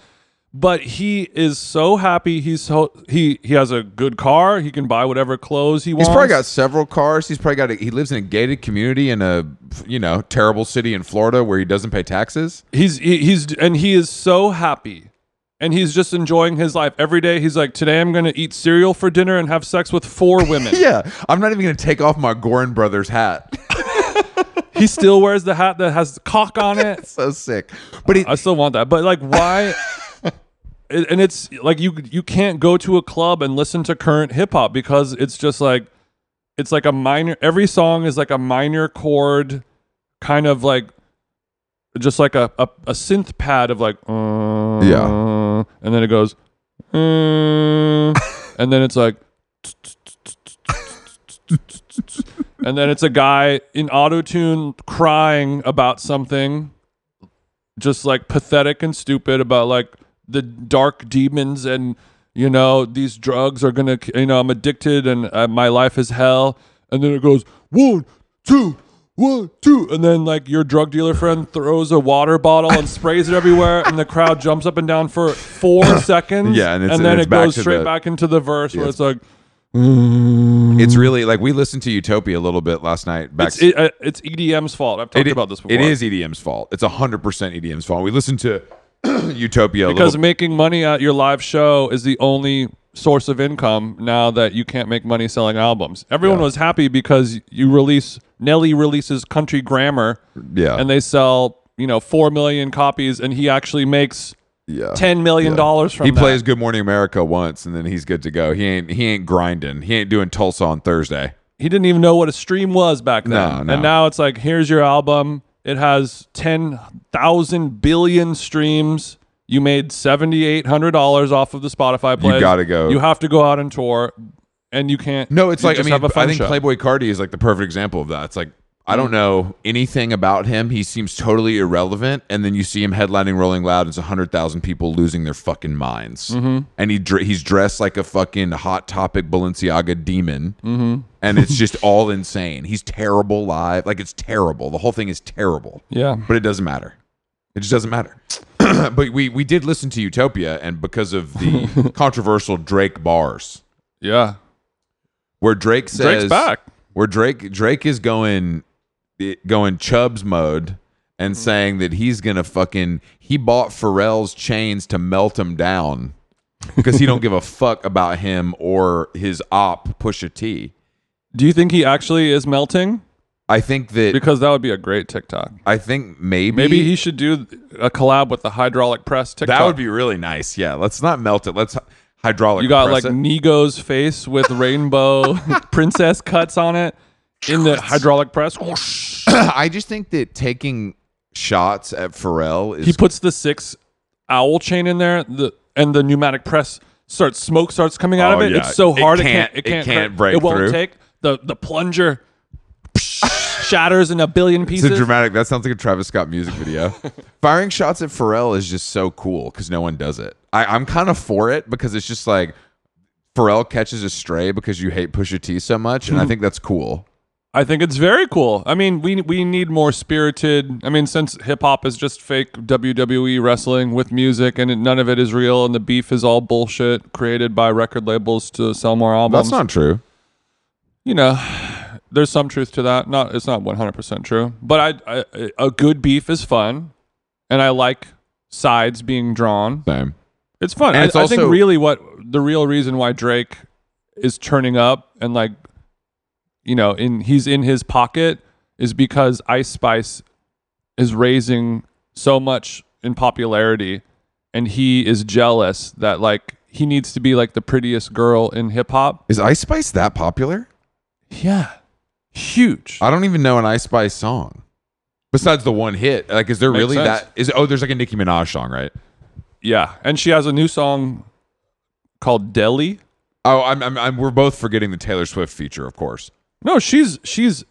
But he is so happy. He's so, he he has a good car. He can buy whatever clothes he
He's
wants.
probably got several cars. He's probably got. A, he lives in a gated community in a you know terrible city in Florida where he doesn't pay taxes.
he's he, he's and he is so happy and he's just enjoying his life every day he's like today i'm gonna eat cereal for dinner and have sex with four women
Yeah, I'm not even going to take off my Gorin Brothers hat.
he still wears the hat that has the cock on it
so sick. But he,
i still want that but like why and and it's like you you can't go to a club and listen to current hip-hop because it's just like it's like a minor every song is like a minor chord kind of like just like a, a, a synth pad of like uh,
Yeah.
and then it goes uh, and then it's like and then it's a guy in auto tune crying about something just like pathetic and stupid about like the dark demons and you know these drugs are gonna you know i'm addicted and uh, my life is hell and then it goes one two one two and then like your drug dealer friend throws a water bottle and sprays it everywhere and the crowd jumps up and down for four seconds
Yeah, and it's- and
then
it's
it
back
goes
to
straight
the-
back into the verse where it's like
it's really like we listened to Utopia a little bit last night. Back
Mm. it's, it, uh, it's edm's fault i've talked
i-
about this before
It is EDM's fault. It's 100% EDM's E fault. We listened to Utopia a
because
little
making money at your live show is the only source of income now that you can't make money selling albums. Everyone was happy because you release Nelly releases Country Grammar,
Yeah.
and they sell you know four million copies, and he actually makes
yeah.
ten million dollars from
He
that.
plays Good Morning America once and then he's good to go. He ain't he ain't grinding. He ain't doing Tulsa on Thursday.
He didn't even know what a stream was back then,
No, no.
and now it's like here's your album. It has ten thousand billion streams. You made seventy eight hundred dollars off of the Spotify plays.
gotta go.
You have to go out and tour, and you can't.
No, it's
you
like I
just
mean
have a
I
fun
think
show. Mm.
Playboy Cardi is like the perfect example of that. It's like I don't know anything about him. He seems totally irrelevant, and then you see him headlining Rolling Loud. And it's hundred thousand people losing their fucking minds,
Mm-hmm.
and he dr- he's dressed like a fucking hot topic Balenciaga demon,
Mm-hmm.
and it's just all insane. He's terrible live, like it's terrible. The whole thing is terrible
Yeah.
but it doesn't matter. It just doesn't matter. but we we did listen to Utopia, and because of the controversial Drake bars,
Yeah.
where Drake says
Drake's back.
where Drake Drake is going it- going Chubbs mode
Mm.
and saying that he's gonna fucking he bought Pharrell's chains to melt him down because he don't give a fuck about him or his op Pusha T.
Do you think he actually is melting?
I think that
Because that would be a great TikTok.
I think maybe
Maybe he should do a collab with the hydraulic press TikTok.
that would be really nice. Yeah, let's not melt it. Let's hy- hydraulic.
You got
press
like
it.
Nigo's face with rainbow princess cuts on it in the hydraulic press.
Oh, I just think that taking shots at Pharrell is
he puts the six owl chain in there, the and the pneumatic press starts smoke starts coming out
Oh,
of it.
yeah.
It's so
It
hard it
can't-
can't
it can't break
It won't
through.
take the the plunger shatters in a billion
it's a
pieces.
dramatic. That sounds like a Travis Scott music video. Firing shots at Pharrell is just so cool because no one does it. I, I'm kind of for it because it's just like Pharrell catches a stray because you hate Pusha T so much, and I think that's cool.
I think it's very cool. I mean, we we need more spirited. I mean, since hip hop is just fake WWE wrestling with music, and it, none of it is real, and the beef is all bullshit created by record labels to sell more albums.
That's not true.
you know, there's some truth to that. Not it's not 100 percent true, but I, I a good beef is fun, and I like sides being drawn.
Same.
It's fun.
And
I,
it's
I think
also-
really what the real reason why Drake is turning up and like you know, in he's in his pocket is because Ice Spice is raising so much in popularity and he is jealous that like he needs to be like the prettiest girl in hip hop.
Is Ice Spice that popular?
Yeah. Huge.
I don't even know an Ice Spice song besides the one hit. Like, is there
Makes
really
sense.
that? Is oh, there's like a Nicki Minaj song, right?
yeah. And she has a new song called Delhi.
Oh, I'm, I'm, I'm we're both forgetting the Taylor Swift feature, of course.
No, she's she's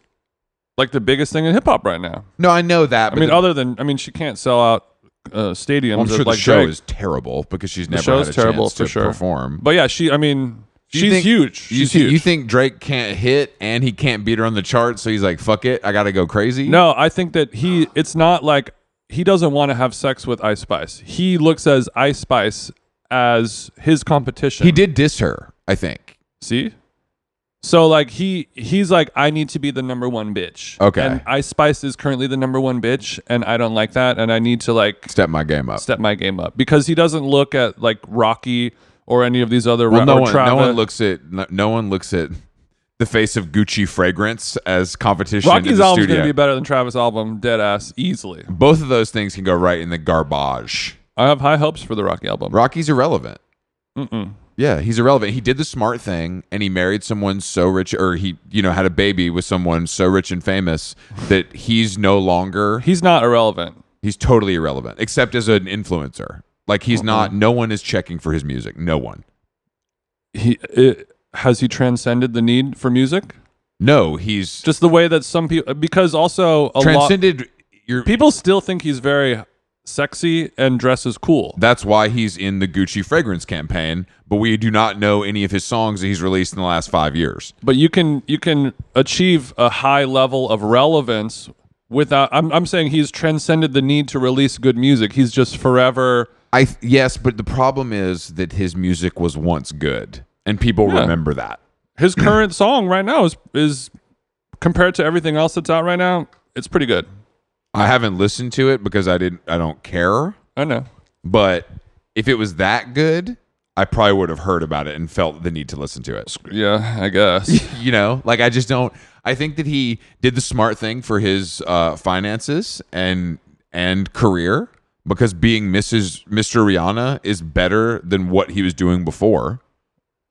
like the biggest thing in hip hop right now.
No, I know that.
I
But
mean,
the-
other than I mean, she can't sell out uh, stadiums.
I'm sure
like
the show
Drake.
is terrible because she's
The
never
show is
had a
terrible
chance to
for sure.
perform.
But yeah, she. I mean,
Do you
She's
think-
huge.
you
She's
thi-
huge.
You think Drake can't hit and he can't beat her on the chart, so he's like, "Fuck it, I gotta go crazy."
No, I think that he. It's not like he doesn't want to have sex with Ice Spice. He looks as Ice Spice as his competition.
he did diss her. I think.
see. So like he he's like I need to be the number one bitch.
Okay.
And Ice Spice is currently the number one bitch, and I don't like that, and I need to like
Step my game up.
step my game up because he doesn't look at like Rocky or any of these other
well,
ra-
no
or
one,
Travis.
no one looks at no, no one looks at the face of Gucci fragrance as competition. in
Rocky's
the
album's
studio.
gonna be better than Travis' album, dead ass easily.
Both of those things can go right in the garbage.
I have high hopes for the Rocky album.
Rocky's irrelevant. Yeah, he's irrelevant. He did the smart thing, and he married someone so rich, or he, you know, had a baby with someone so rich and famous that he's no longer.
He's not irrelevant.
He's totally irrelevant, except as an influencer. Like he's
Uh-huh.
not. No one is checking for his music. No one.
He it, has he transcended the need for music,
No, he's
just the way that some people because also a lot
transcended. Your
people still think he's very sexy and dresses cool.
That's why he's in the Gucci fragrance campaign, but we do not know any of his songs that he's released in the last five years.
but you can you can achieve a high level of relevance without I'm, I'm saying he's transcended the need to release good music he's just forever
I th- yes, but the problem is that his music was once good, and people
Yeah.
remember that.
his current song right now is is compared to everything else that's out right now it's pretty good
I haven't listened to it because I didn't. I don't care.
i know
But if it was that good, I probably would have heard about it and felt the need to listen to it.
yeah i guess
You know, like I just don't. I think that he did the smart thing for his uh, finances and and career because being Mrs. Mr. Rihanna is better than what he was doing before.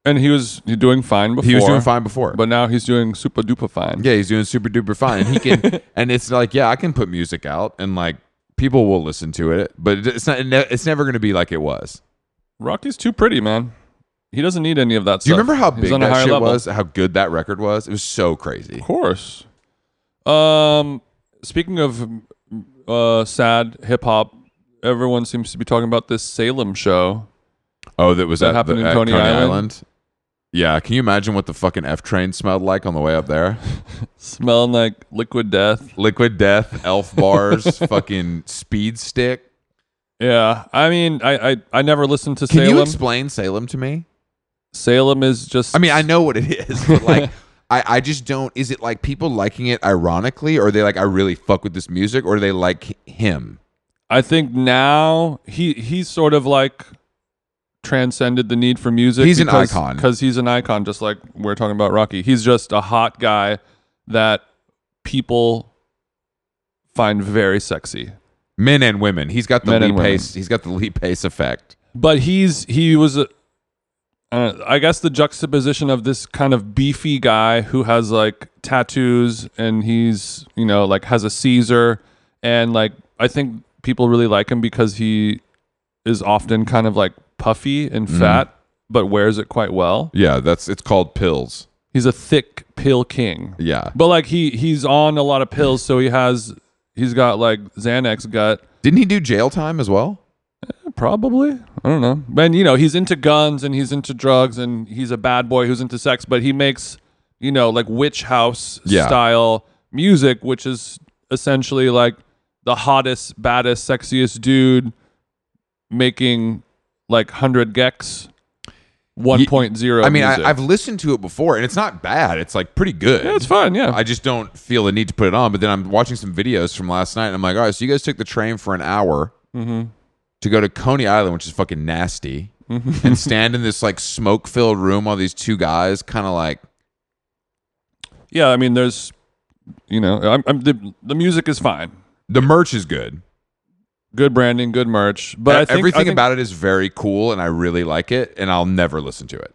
and he was doing fine before
He was doing fine before,
but now he's doing super duper fine
yeah, he's doing super duper fine. And he can, and it's like, yeah, I can put music out and like people will listen to it, but it's not. It's never going to be like it was.
rocky's too pretty man he doesn't need any of that
Do you
stuff.
remember how
He's
big
on a
that
higher
shit
level.
was? How good that record was? It was so crazy.
Of course. Um, speaking of uh, sad hip hop, everyone seems to be talking about this Salem show.
Oh, that was
That
at,
happened
the,
in
at
Coney
Coney Island?
Island?
Yeah, can you imagine what the fucking F train smelled like on the way up there?
Smelling like liquid death.
Liquid death, elf bars, fucking speed stick.
Yeah, I mean, I I, I never listened to
Can
Salem.
you explain Salem to me?
Salem is just.
I mean, I know what it is, but like, I, I just don't. Is it like people liking it ironically, or are they like, I really fuck with this music, or do they like him?
I think now he he's sort of like transcended the need for music.
He's an icon.
because he's an icon, just like we're talking about Rocky. He's just a hot guy that people find very sexy.
Men and women. He's got the
Men and
Lee
women.
Pace. He's got the Lee Pace effect.
but he's he was a, uh, i guess the juxtaposition of this kind of beefy guy who has like tattoos and he's you know like has a caesar and like i think people really like him because he is often kind of like puffy and fat but wears it quite well
Yeah, that's it's called pills.
he's a thick pill king
Yeah.
but like he he's on a lot of pills so he has he's got like xanax gut
Didn't he do jail time as well?
Probably. I don't know. Man, you know, he's into guns and he's into drugs and he's a bad boy who's into sex, but he makes, you know, like witch house
Yeah.
style music, which is essentially like the hottest, baddest, sexiest dude making like 100 gex 1.0.
I mean,
music.
I, I've listened to it before, and it's not bad. It's like pretty good.
Yeah, it's fun. Yeah.
I just don't feel the need to put it on. But then I'm watching some videos from last night, and I'm like, all right, so you guys took the train for an hour
Mm-hmm.
to go to Coney Island, which is fucking nasty,
Mm-hmm.
and stand in this like smoke filled room while these two guys kind of like,
yeah. I mean, there's, you know, I'm, I'm, the, the music is fine.
the merch is good.
Good branding, good merch. But I
E-
think, I
everything
think-
about it is very cool, and I really like it, and I'll never listen to it.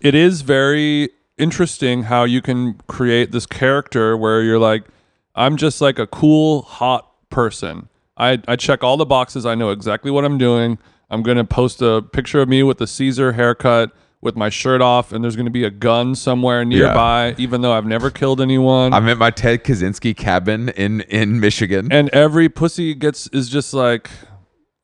it is very interesting how you can create this character where you're like, I'm just like a cool, hot person. I, I check all the boxes. I know exactly what I'm doing. I'm going to post a picture of me with a Caesar haircut with my shirt off, and there's going to be a gun somewhere nearby, even though I've never killed anyone.
I'm at my Ted Kaczynski cabin in in Michigan.
and every pussy gets is just like,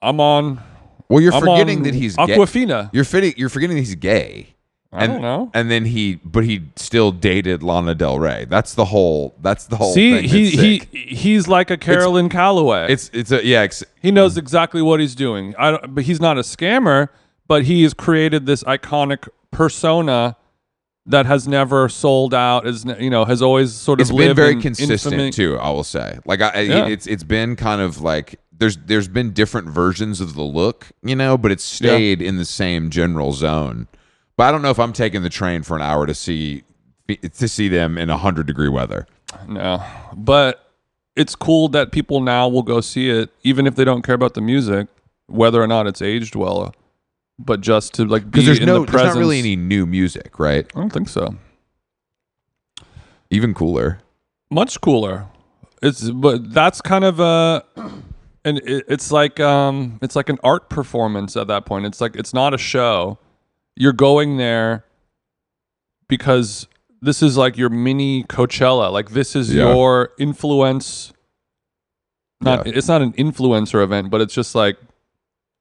I'm on.
well, you're
I'm
forgetting
on
that he's gay.
Aquafina.
You're fitting, You're forgetting that he's gay.
I
and,
don't know.
And then he, but he still dated Lana Del Rey. That's the whole. That's the whole.
See,
thing
he,
that's
he
sick.
he's like a Carolyn Calloway.
It's it's a yeah. Ex-
he knows exactly what he's doing. I don't, but he's not a scammer. But he has created this iconic persona that has never sold out. Is ne- you know has always sort of
it's been
lived
very
in
consistent
infamy.
too. I will say, like I, I-
Yeah.
it's it's been kind of like there's there's been different versions of the look, you know, but it's stayed in the same general zone. But I don't know if I'm taking the train for an hour to see to see them in hundred degree weather.
No, but it's cool that people now will go see it, even if they don't care about the music, whether or not it's aged well. But just to like be
Because there's
in
no,
the
there's
presence.
not really any new music, right?
I don't think so.
Even cooler.
much cooler. It's but that's kind of a and it, it's like um it's like an art performance at that point. It's like it's not a show. You're going there because this is like your mini Coachella. Like this is
Yeah.
your influence not it's not an influencer event, but it's just like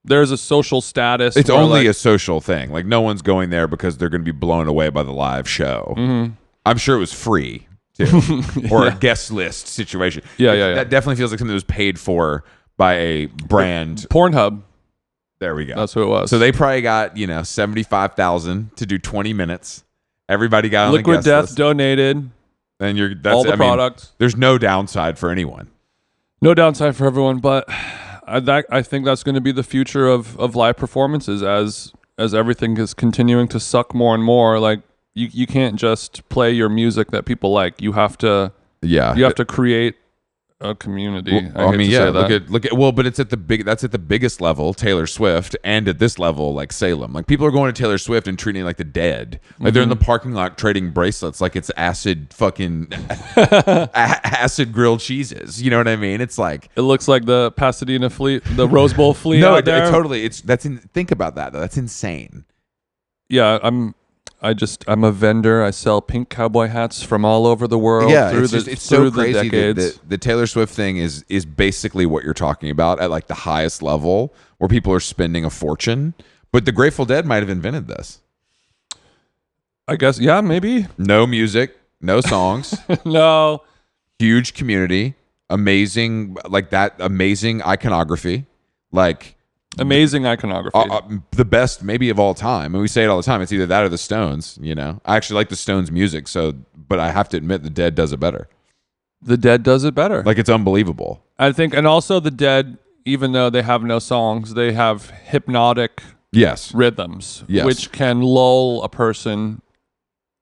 there's a social status.
It's
or,
only
like-
a social thing. Like no one's going there because they're going to be blown away by the live show.
Mm-hmm.
I'm sure it was free too, or a guest list situation.
Yeah,
It-
yeah, yeah.
That definitely feels like something that was paid for by a brand.
Pornhub.
There we go.
That's who it was.
so they probably got you know seventy five thousand to do twenty minutes. Everybody got on
Liquid
the guest
Death
list,
donated
and you're that's
all the
I mean,
products.
there's no downside for anyone.
No downside for everyone, but I, that, I think that's going to be the future of, of live performances as as everything is continuing to suck more and more. Like you, you can't just play your music that people like. You have to
Yeah,
you have to create a community. I,
Well, I,
hate
mean,
to
yeah.
say that.
Look at look at well, but it's at the big. That's at the biggest level, Taylor Swift, and at this level, like Salem. Like people are going to Taylor Swift and treating it like the dead. Like they're in
Mm-hmm.
the parking lot trading bracelets, like it's acid fucking a- acid grilled cheeses. You know what I mean? It's like
it looks like the Pasadena Fleet, the Rose Bowl Fleet.
no,
out
it, it
there.
totally. It's that's in, think about that though. That's insane.
yeah. I'm. I just I'm a vendor. I sell pink cowboy hats from all over the world.
yeah,
through
it's
the,
just it's
through
so crazy
The
that
decades.
the, the Taylor Swift thing is is basically what you're talking about at like the highest level where people are spending a fortune. But the Grateful Dead might have invented this.
I guess yeah, maybe
no music, no songs,
no.
huge community, amazing like that amazing iconography, like
Amazing iconography.
uh, uh, the best maybe of all time. And we say it all the time. It's either that or the Stones. You know, I actually like the Stones music. So, but I have to admit, the Dead does it better.
The Dead does it better.
Like it's unbelievable.
I think, and also the Dead, even though they have no songs, they have hypnotic
Yes,
rhythms,
Yes.
which can lull a person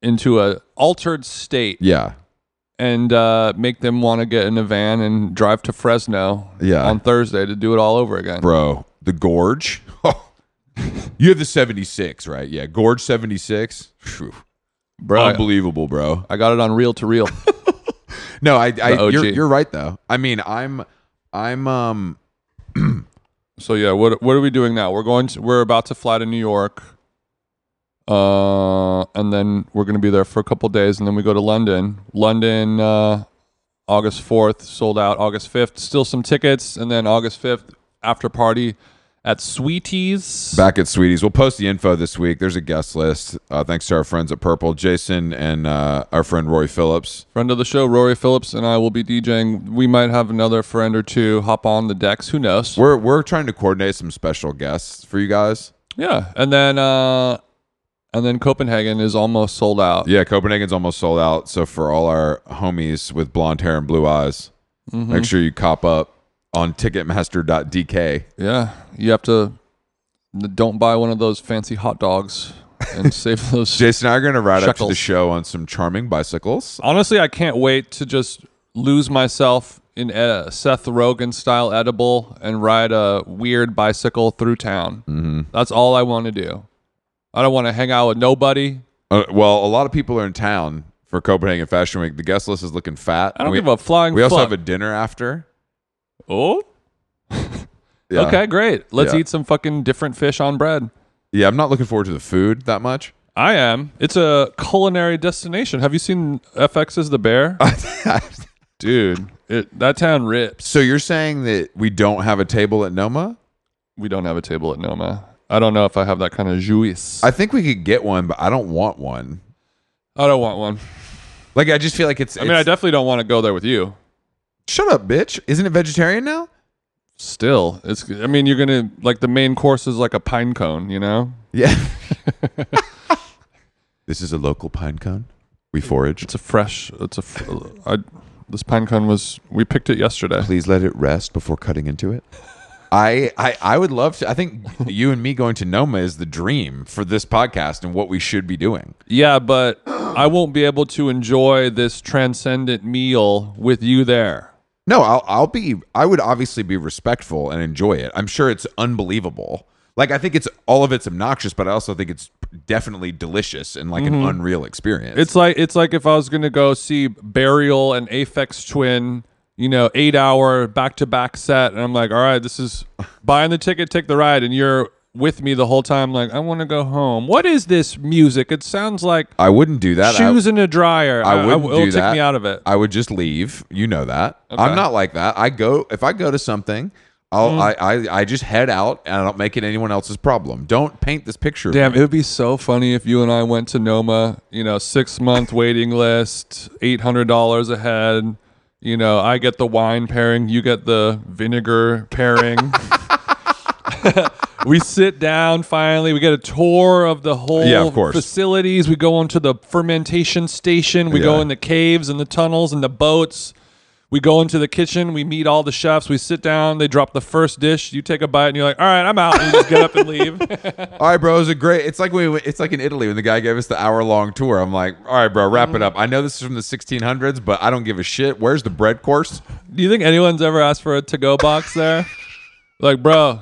into a altered state
yeah,
and uh, make them want to get in a van and drive to Fresno
Yeah.
on Thursday to do it all over again.
bro. The Gorge. you have the seventy six, right? Yeah, Gorge seventy six.
Bro, I,
Unbelievable, bro.
I got it on reel to reel.
No, I, I
OG.
you're, you're right though. I mean, I'm, I'm, um,
so yeah, what what are we doing now? We're going. To, we're about to fly to New York. Uh, and then we're going to be there for a couple days, and then we go to London. London, uh, August fourth, sold out. August fifth, still some tickets, and then August fifth, after party at Sweeties.
Back at Sweeties. We'll post the info this week. There's a guest list. Uh, thanks to our friends at Purple, Jason and uh, our friend Roy Phillips.
Friend of the show, Rory Phillips, and I will be DJing. We might have another friend or two hop on the decks. Who knows?
We're we're trying to coordinate some special guests for you guys.
yeah, and then uh, and then Copenhagen is almost sold out.
Yeah, Copenhagen's almost sold out. So for all our homies with blonde hair and blue eyes,
Mm-hmm.
make sure you cop up on Ticketmaster.dk.
Yeah, you have to don't buy one of those fancy hot dogs and save those.
Jason and I are going to ride up to the
Shekels.
show on some charming bicycles.
Honestly, I can't wait to just lose myself in a Seth Rogen style edible and ride a weird bicycle through town.
Mm-hmm.
That's all I want to do. I don't want to hang out with nobody.
Uh, well, a lot of people are in town for Copenhagen Fashion Week. The guest list is looking fat.
I don't
we,
give a flying
We also
fuck.
have a dinner after.
oh,
Yeah.
okay, great. Let's
Yeah.
eat some fucking different fish on bread.
Yeah, I'm not looking forward to the food that much.
I am. It's a culinary destination. Have you seen FX's The Bear? Dude, it, that town rips.
so you're saying that we don't have a table at Noma?
we don't have a table at Noma. I don't know if I have that kind of juice. I,
I think we could get one, but I don't want one.
don't want one.
Like I just feel like it's.
I mean, I definitely don't want to go there with you.
shut up, bitch. Isn't it vegetarian now?
Still, it's. I mean, you're gonna like the main course is like a pine cone, you know.
Yeah. this is a local pine cone. We foraged.
It's a fresh. It's a. fr- I, this pine cone was. We picked it yesterday.
Please let it rest before cutting into it. I, I I would love to. I think you and me going to Noma is the dream for this podcast and what we should be doing.
Yeah, but I won't be able to enjoy this transcendent meal with you there.
No, I'll I'll be I would obviously be respectful and enjoy it. I'm sure it's unbelievable. Like I think it's all of it's obnoxious, but I also think it's definitely delicious and like an unreal experience.
Mm-hmm. It's like it's like if I was gonna go see Burial and Aphex Twin, you know, eight hour back to back set, and I'm like, all right, this is buying the ticket, take the ride, and you're with me the whole time. Like, I want to go home. What is this music? It sounds like
I wouldn't do that. I-
shoes in a dryer.
I wouldn't
it'll
do
take
that.
me out of it.
I would just leave. You know that. I'm not like that. I go if I go to something, I'll
Mm.
I, I I just head out and I don't make it anyone else's problem. Don't paint this picture. of
Damn,
me.
it would be so funny if you and I went to Noma, you know, six month waiting list, eight hundred dollars a head. You know, I get the wine pairing, you get the vinegar pairing. we sit down finally, we get a tour of the whole
Yeah, of course.
facilities. We go onto the fermentation station, we
Yeah.
go in the caves and the tunnels and the boats. We go into the kitchen, we meet all the chefs, we sit down, they drop the first dish, you take a bite and you're like, All right, I'm out. And you just get up and leave.
All right, bro. It was a great. It's like we. It's like in Italy when the guy gave us the hour long tour. I'm like, all right, bro, wrap
Mm.
it up. I know this is from the 1600s, but I don't give a shit. Where's the bread course?
Do you think anyone's ever asked for a to-go box there? like, bro,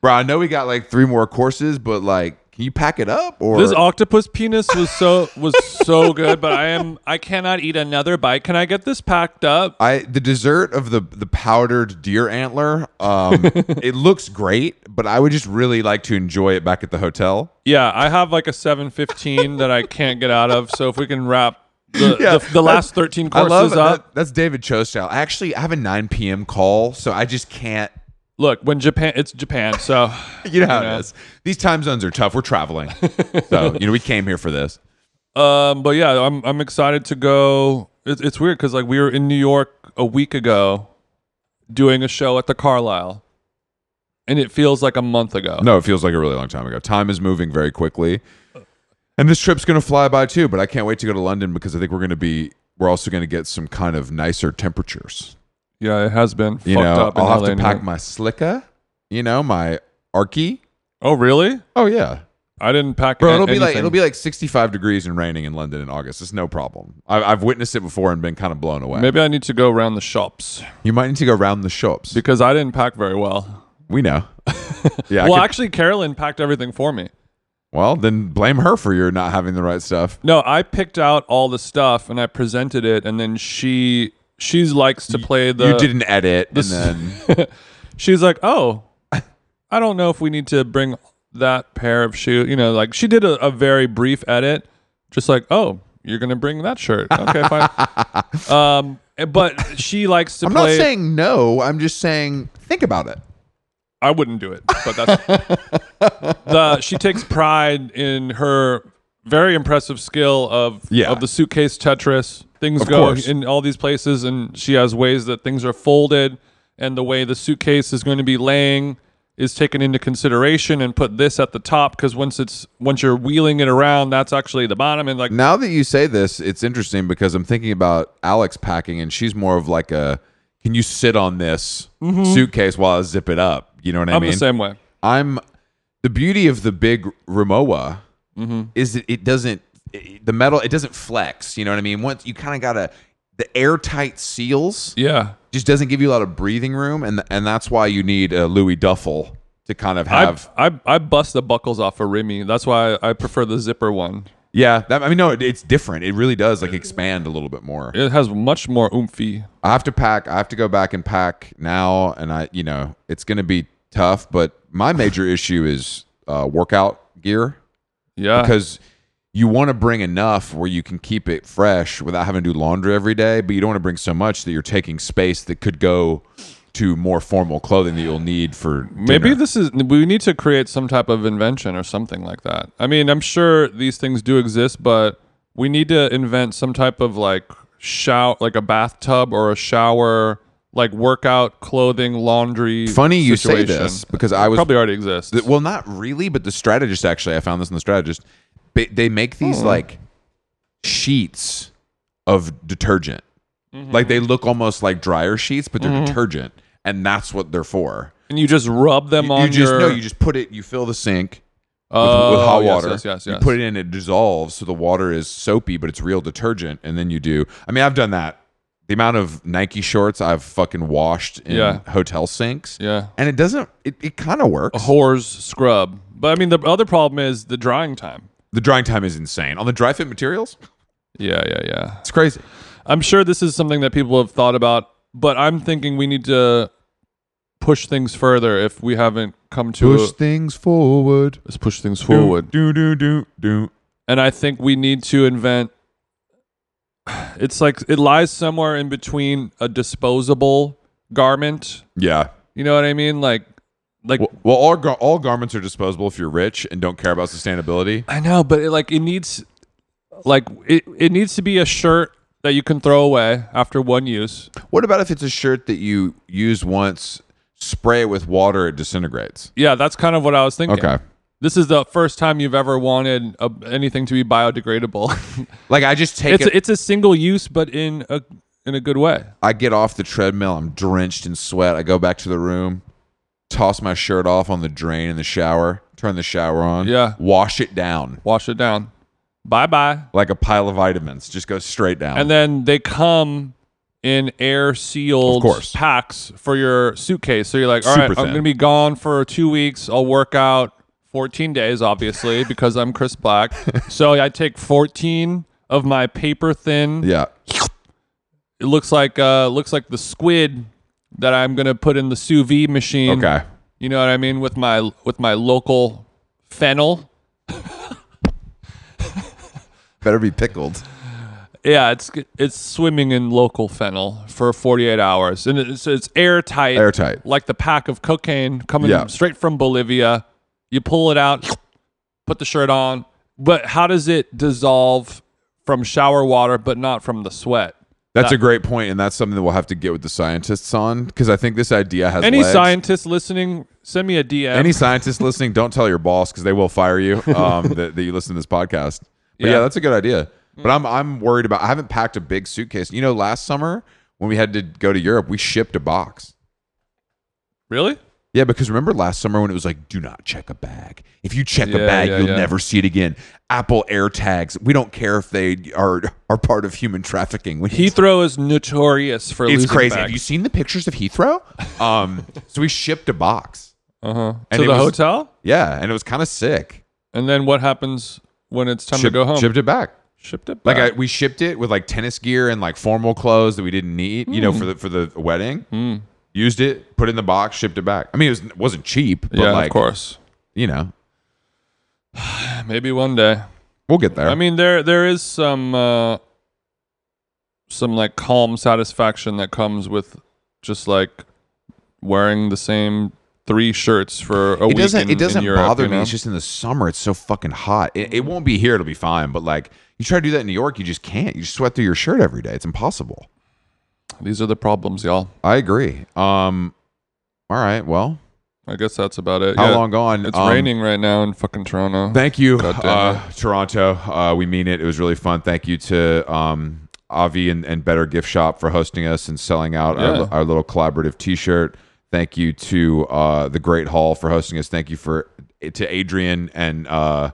Bro, I know we got like three more courses, but like, can you pack it up? Or
this octopus penis was so was so good, but I am I cannot eat another bite. Can I get this packed up?
I the dessert of the the powdered deer antler. Um, it looks great, but I would just really like to enjoy it back at the hotel.
Yeah, I have like a 715 that I can't get out of. So if we can wrap the,
Yeah,
the, the last 13 courses up.
that- that's David Cho style. Actually, I have a 9 p.m. call, so I just can't.
Look, when Japan it's Japan, so
You know how
Yeah.
it is. These time zones are tough. We're traveling, so you know we came here for this.
Um, but yeah, I'm I'm excited to go. It's it's weird because like we were in New York a week ago, doing a show at the Carlisle, and it feels like a month ago.
No, it feels like a really long time ago. Time is moving very quickly. And this trip's going to fly by too, but I can't wait to go to London because I think we're going to be, we're also going to get some kind of nicer temperatures.
Yeah, it has been
You
fucked
know,
up. in
I'll have
LA
to
now.
pack my slicker, you know, my Arky.
Oh really?
Oh, yeah.
I didn't pack.
Bro,
a-
it'll be like
anything.
it'll be like 65 degrees and raining in London in August. It's no problem. I, I've witnessed it before and been kind of blown away.
Maybe I need to go around the shops
You might need to go round the shops.
because I didn't pack very well.
we know. yeah. I
well,
could-
actually, Carolyn packed everything for me.
well, then blame her for your not having the right stuff.
No, I picked out all the stuff and I presented it, and then she she likes to play the
you didn't edit,
this-
and then
she's like, "Oh, I don't know if we need to bring that pair of shoe." You know, like she did a, a very brief edit, just like, "Oh, you're gonna bring that shirt." Okay, fine. um, but she likes to
I'm
play.
not saying no. I'm just saying think about it.
I wouldn't do it, but that's the. She takes pride in her very impressive skill of
Yeah.
of the suitcase Tetris. Things
Of
go
course.
in all these places, and she has ways that things are folded, and the way the suitcase is going to be laying is taken into consideration, and put this at the top because once it's once you're wheeling it around, that's actually the bottom, and like
Now that you say this, it's interesting because I'm thinking about Alex packing, and she's more of like a can you sit on this suitcase while I zip it up? You know what I
Mm-hmm. I'm
mean?
the same way.
I'm the beauty of the big Ramoa
Mm-hmm.
is that it doesn't it- the metal it doesn't flex. You know what I mean? Once you kind of gotta the airtight seals
Yeah,
just doesn't give you a lot of breathing room, and and that's why you need a Louis Duffel to kind of have
I, I I bust the buckles off of Remy. That's why I prefer the zipper one.
yeah. That, I mean, no, it, it's different. It really does like expand a little bit more.
It has much more oomphy.
I have to pack. I have to go back and pack now, and I, you know, it's going to be tough. But my major issue is uh, workout gear
Yeah.
because you want to bring enough where you can keep it fresh without having to do laundry every day, but you don't want to bring so much that you're taking space that could go to more formal clothing that you'll need for
Maybe
dinner.
this is we need to create some type of invention or something like that. I mean, I'm sure these things do exist, but we need to invent some type of like shout like a bathtub or a shower like workout clothing laundry
Funny you say
situation.
this because I was
probably already exists
Th- well, not really, but the strategist actually, I found this in the strategist. They, they make these
Hmm.
like sheets of detergent.
Mm-hmm.
Like they look almost like dryer sheets, but they're detergent, and that's what they're for.
and you just rub them
You,
on
you just
your
no, you just put it. You fill the sink with,
Oh,
with hot
yes,
water.
yes, yes, yes.
You put it in, it dissolves, so the water is soapy, but it's real detergent. And then you do. I mean, I've done that. The amount of Nike shorts I've fucking washed in
Yeah.
hotel sinks,
yeah
and it doesn't. It, it kind of works.
a whore's scrub. But I mean, the other problem is the drying time.
The drying time is insane. On the dry fit materials,
Yeah, yeah, yeah.
it's crazy.
I'm sure this is something that people have thought about, but I'm thinking we need to push things further if we haven't come to a,
things forward.
let's push things forward.
Do, do, do, do.
And I think we need to invent. It's like it lies somewhere in between a disposable garment.
Yeah.
You know what I mean? Like, like
Well, well all, gar- all garments are disposable if you're rich and don't care about sustainability.
I know, but it, like it needs, like it, it needs to be a shirt that you can throw away after one use.
What about if it's a shirt that you use once, spray it with water, it disintegrates?
Yeah, that's kind of what I was thinking.
Okay.
This is the first time you've ever wanted a, anything to be biodegradable.
Like I just take
it's
it.
a, it's a single use, but in a in a good way.
I get off the treadmill. I'm drenched in sweat. I go back to the room, toss my shirt off on the drain in the shower, turn the shower on.
Yeah.
Wash it down
Wash it down. Bye bye.
like a pile of vitamins. Just go straight down.
And then they come in air sealed
Of course.
packs for your suitcase. So you're like, all right,
Super
I'm
thin.
gonna be gone for two weeks. I'll work out 14 days, obviously, because I'm Chris Black. so I take 14 of my paper thin
yeah.
it looks like uh looks like the squid that I'm gonna put in the sous vide machine.
Okay.
You know what I mean with my with my local fennel.
Better be pickled.
Yeah, it's it's swimming in local fennel for 48 hours, and it's it's airtight,
Airtight.
like the pack of cocaine coming
Yeah.
straight from Bolivia. You pull it out, put the shirt on, but how does it dissolve from shower water, but not from the sweat?
That's a great point, and that's something that we'll have to get with the scientists on because I think this idea has
Any
legs.
scientist listening, send me a DM.
Any scientist listening, don't tell your boss because they will fire you um, that, that you listen to this podcast. But yeah, Mm.
Yeah.
that's a good idea. But I'm I'm worried about. I haven't packed a big suitcase. You know, last summer when we had to go to Europe, we shipped a box.
really?
Yeah, because remember last summer when it was like, do not check a bag. If you check
Yeah,
a bag,
yeah,
you'll
yeah.
never see it again. Apple AirTags. We don't care if they are are part of human trafficking. We
Heathrow is notorious for
it's
losing
crazy. Have
bags.
you seen the pictures of Heathrow? Um, so we shipped a box.
uh-huh.
and
to
it
the
was-
hotel,
Yeah, and it was kind of sick.
and then what happens when it's time to
Ship-
go home?
Shipped it back.
Shipped it
Like
back.
I, we shipped it with like tennis gear and like formal clothes that we didn't need. You know,
Hmm.
for the for the wedding. Used it, put it in the box, shipped it back. I mean, it, was, it wasn't cheap, but
yeah,
like,
of course.
you know,
Maybe one day.
we'll get there.
I mean, there there is some uh, some like calm satisfaction that comes with just like wearing the same three shirts for a
it
week.
doesn't
in-
it doesn't
in Europe,
bother
you
me.
know?
It's just in the summer, it's so fucking hot. It, it won't be here; it'll be fine. But like, you try to do that in New York, you just can't. You sweat through your shirt every day. It's impossible.
These are the problems, y'all.
I agree. Um, all right. Well,
I guess that's about it.
how
Yeah,
long gone?
It's
Um,
raining right now in fucking Toronto.
Thank you,
God damn
uh, Toronto. Uh, we mean it. It was really fun. Thank you to um, Avi and, and Better Gift Shop for hosting us and selling out
Yeah.
our, our little collaborative T-shirt. Thank you to uh, the Great Hall for hosting us. Thank you for to Adrian and uh,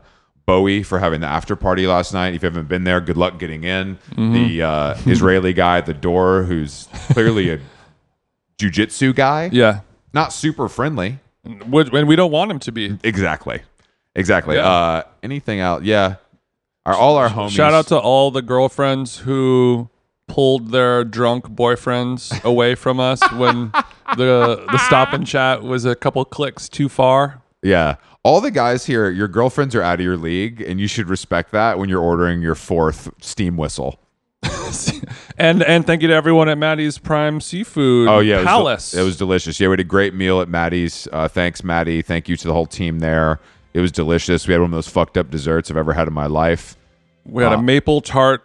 Bowie for having the after party last night. If you haven't been there, good luck getting in. The uh, Israeli guy at the door, who's clearly a jujitsu guy,
yeah.
not super friendly.
Which, and we don't want him to be.
Exactly. Exactly.
Yeah.
Uh, anything else? Yeah. Our, all our homies.
Shout out to all the girlfriends who pulled their drunk boyfriends away from us when the the stop and chat was a couple clicks too far.
yeah. All the guys here, your girlfriends are out of your league, and you should respect that when you're ordering your fourth steam whistle.
and and thank you to everyone at Maddie's Prime Seafood
Oh yeah, it was del-
Palace.
It was, delicious. Yeah, we had a great meal at Maddie's. Uh, thanks, Maddie. Thank you to the whole team there. It was delicious. We had one of those fucked up desserts I've ever had in my life.
we had a maple tart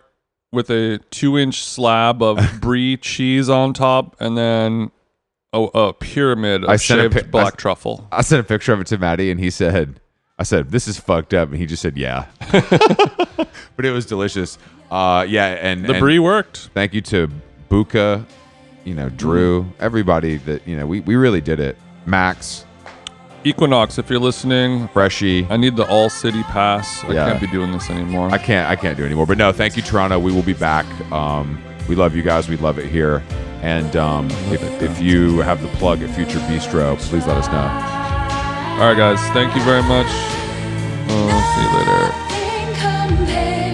with a two inch slab of brie cheese on top, and then a, a pyramid of
I sent a
shaved
pic- I
black
s-
truffle.
I sent a picture of it to Maddie, and he said, "I said this is fucked up," and he just said, "Yeah," but it was delicious. Uh, yeah, and
The
and
brie worked.
Thank you to Buka, you know Drew, everybody that you know. We we really did it. Max,
Equinox, if you're listening,
Freshie.
I need the all city pass. I
Yeah.
can't be doing this anymore.
I can't I can't do anymore. But no, thank you, Toronto. We will be back. Um, we love you guys. We love it here. And um, if, if you have the plug at Future Bistro, please let us know.
All right, guys. Thank you very much. Uh, see you later.
Nothing compares.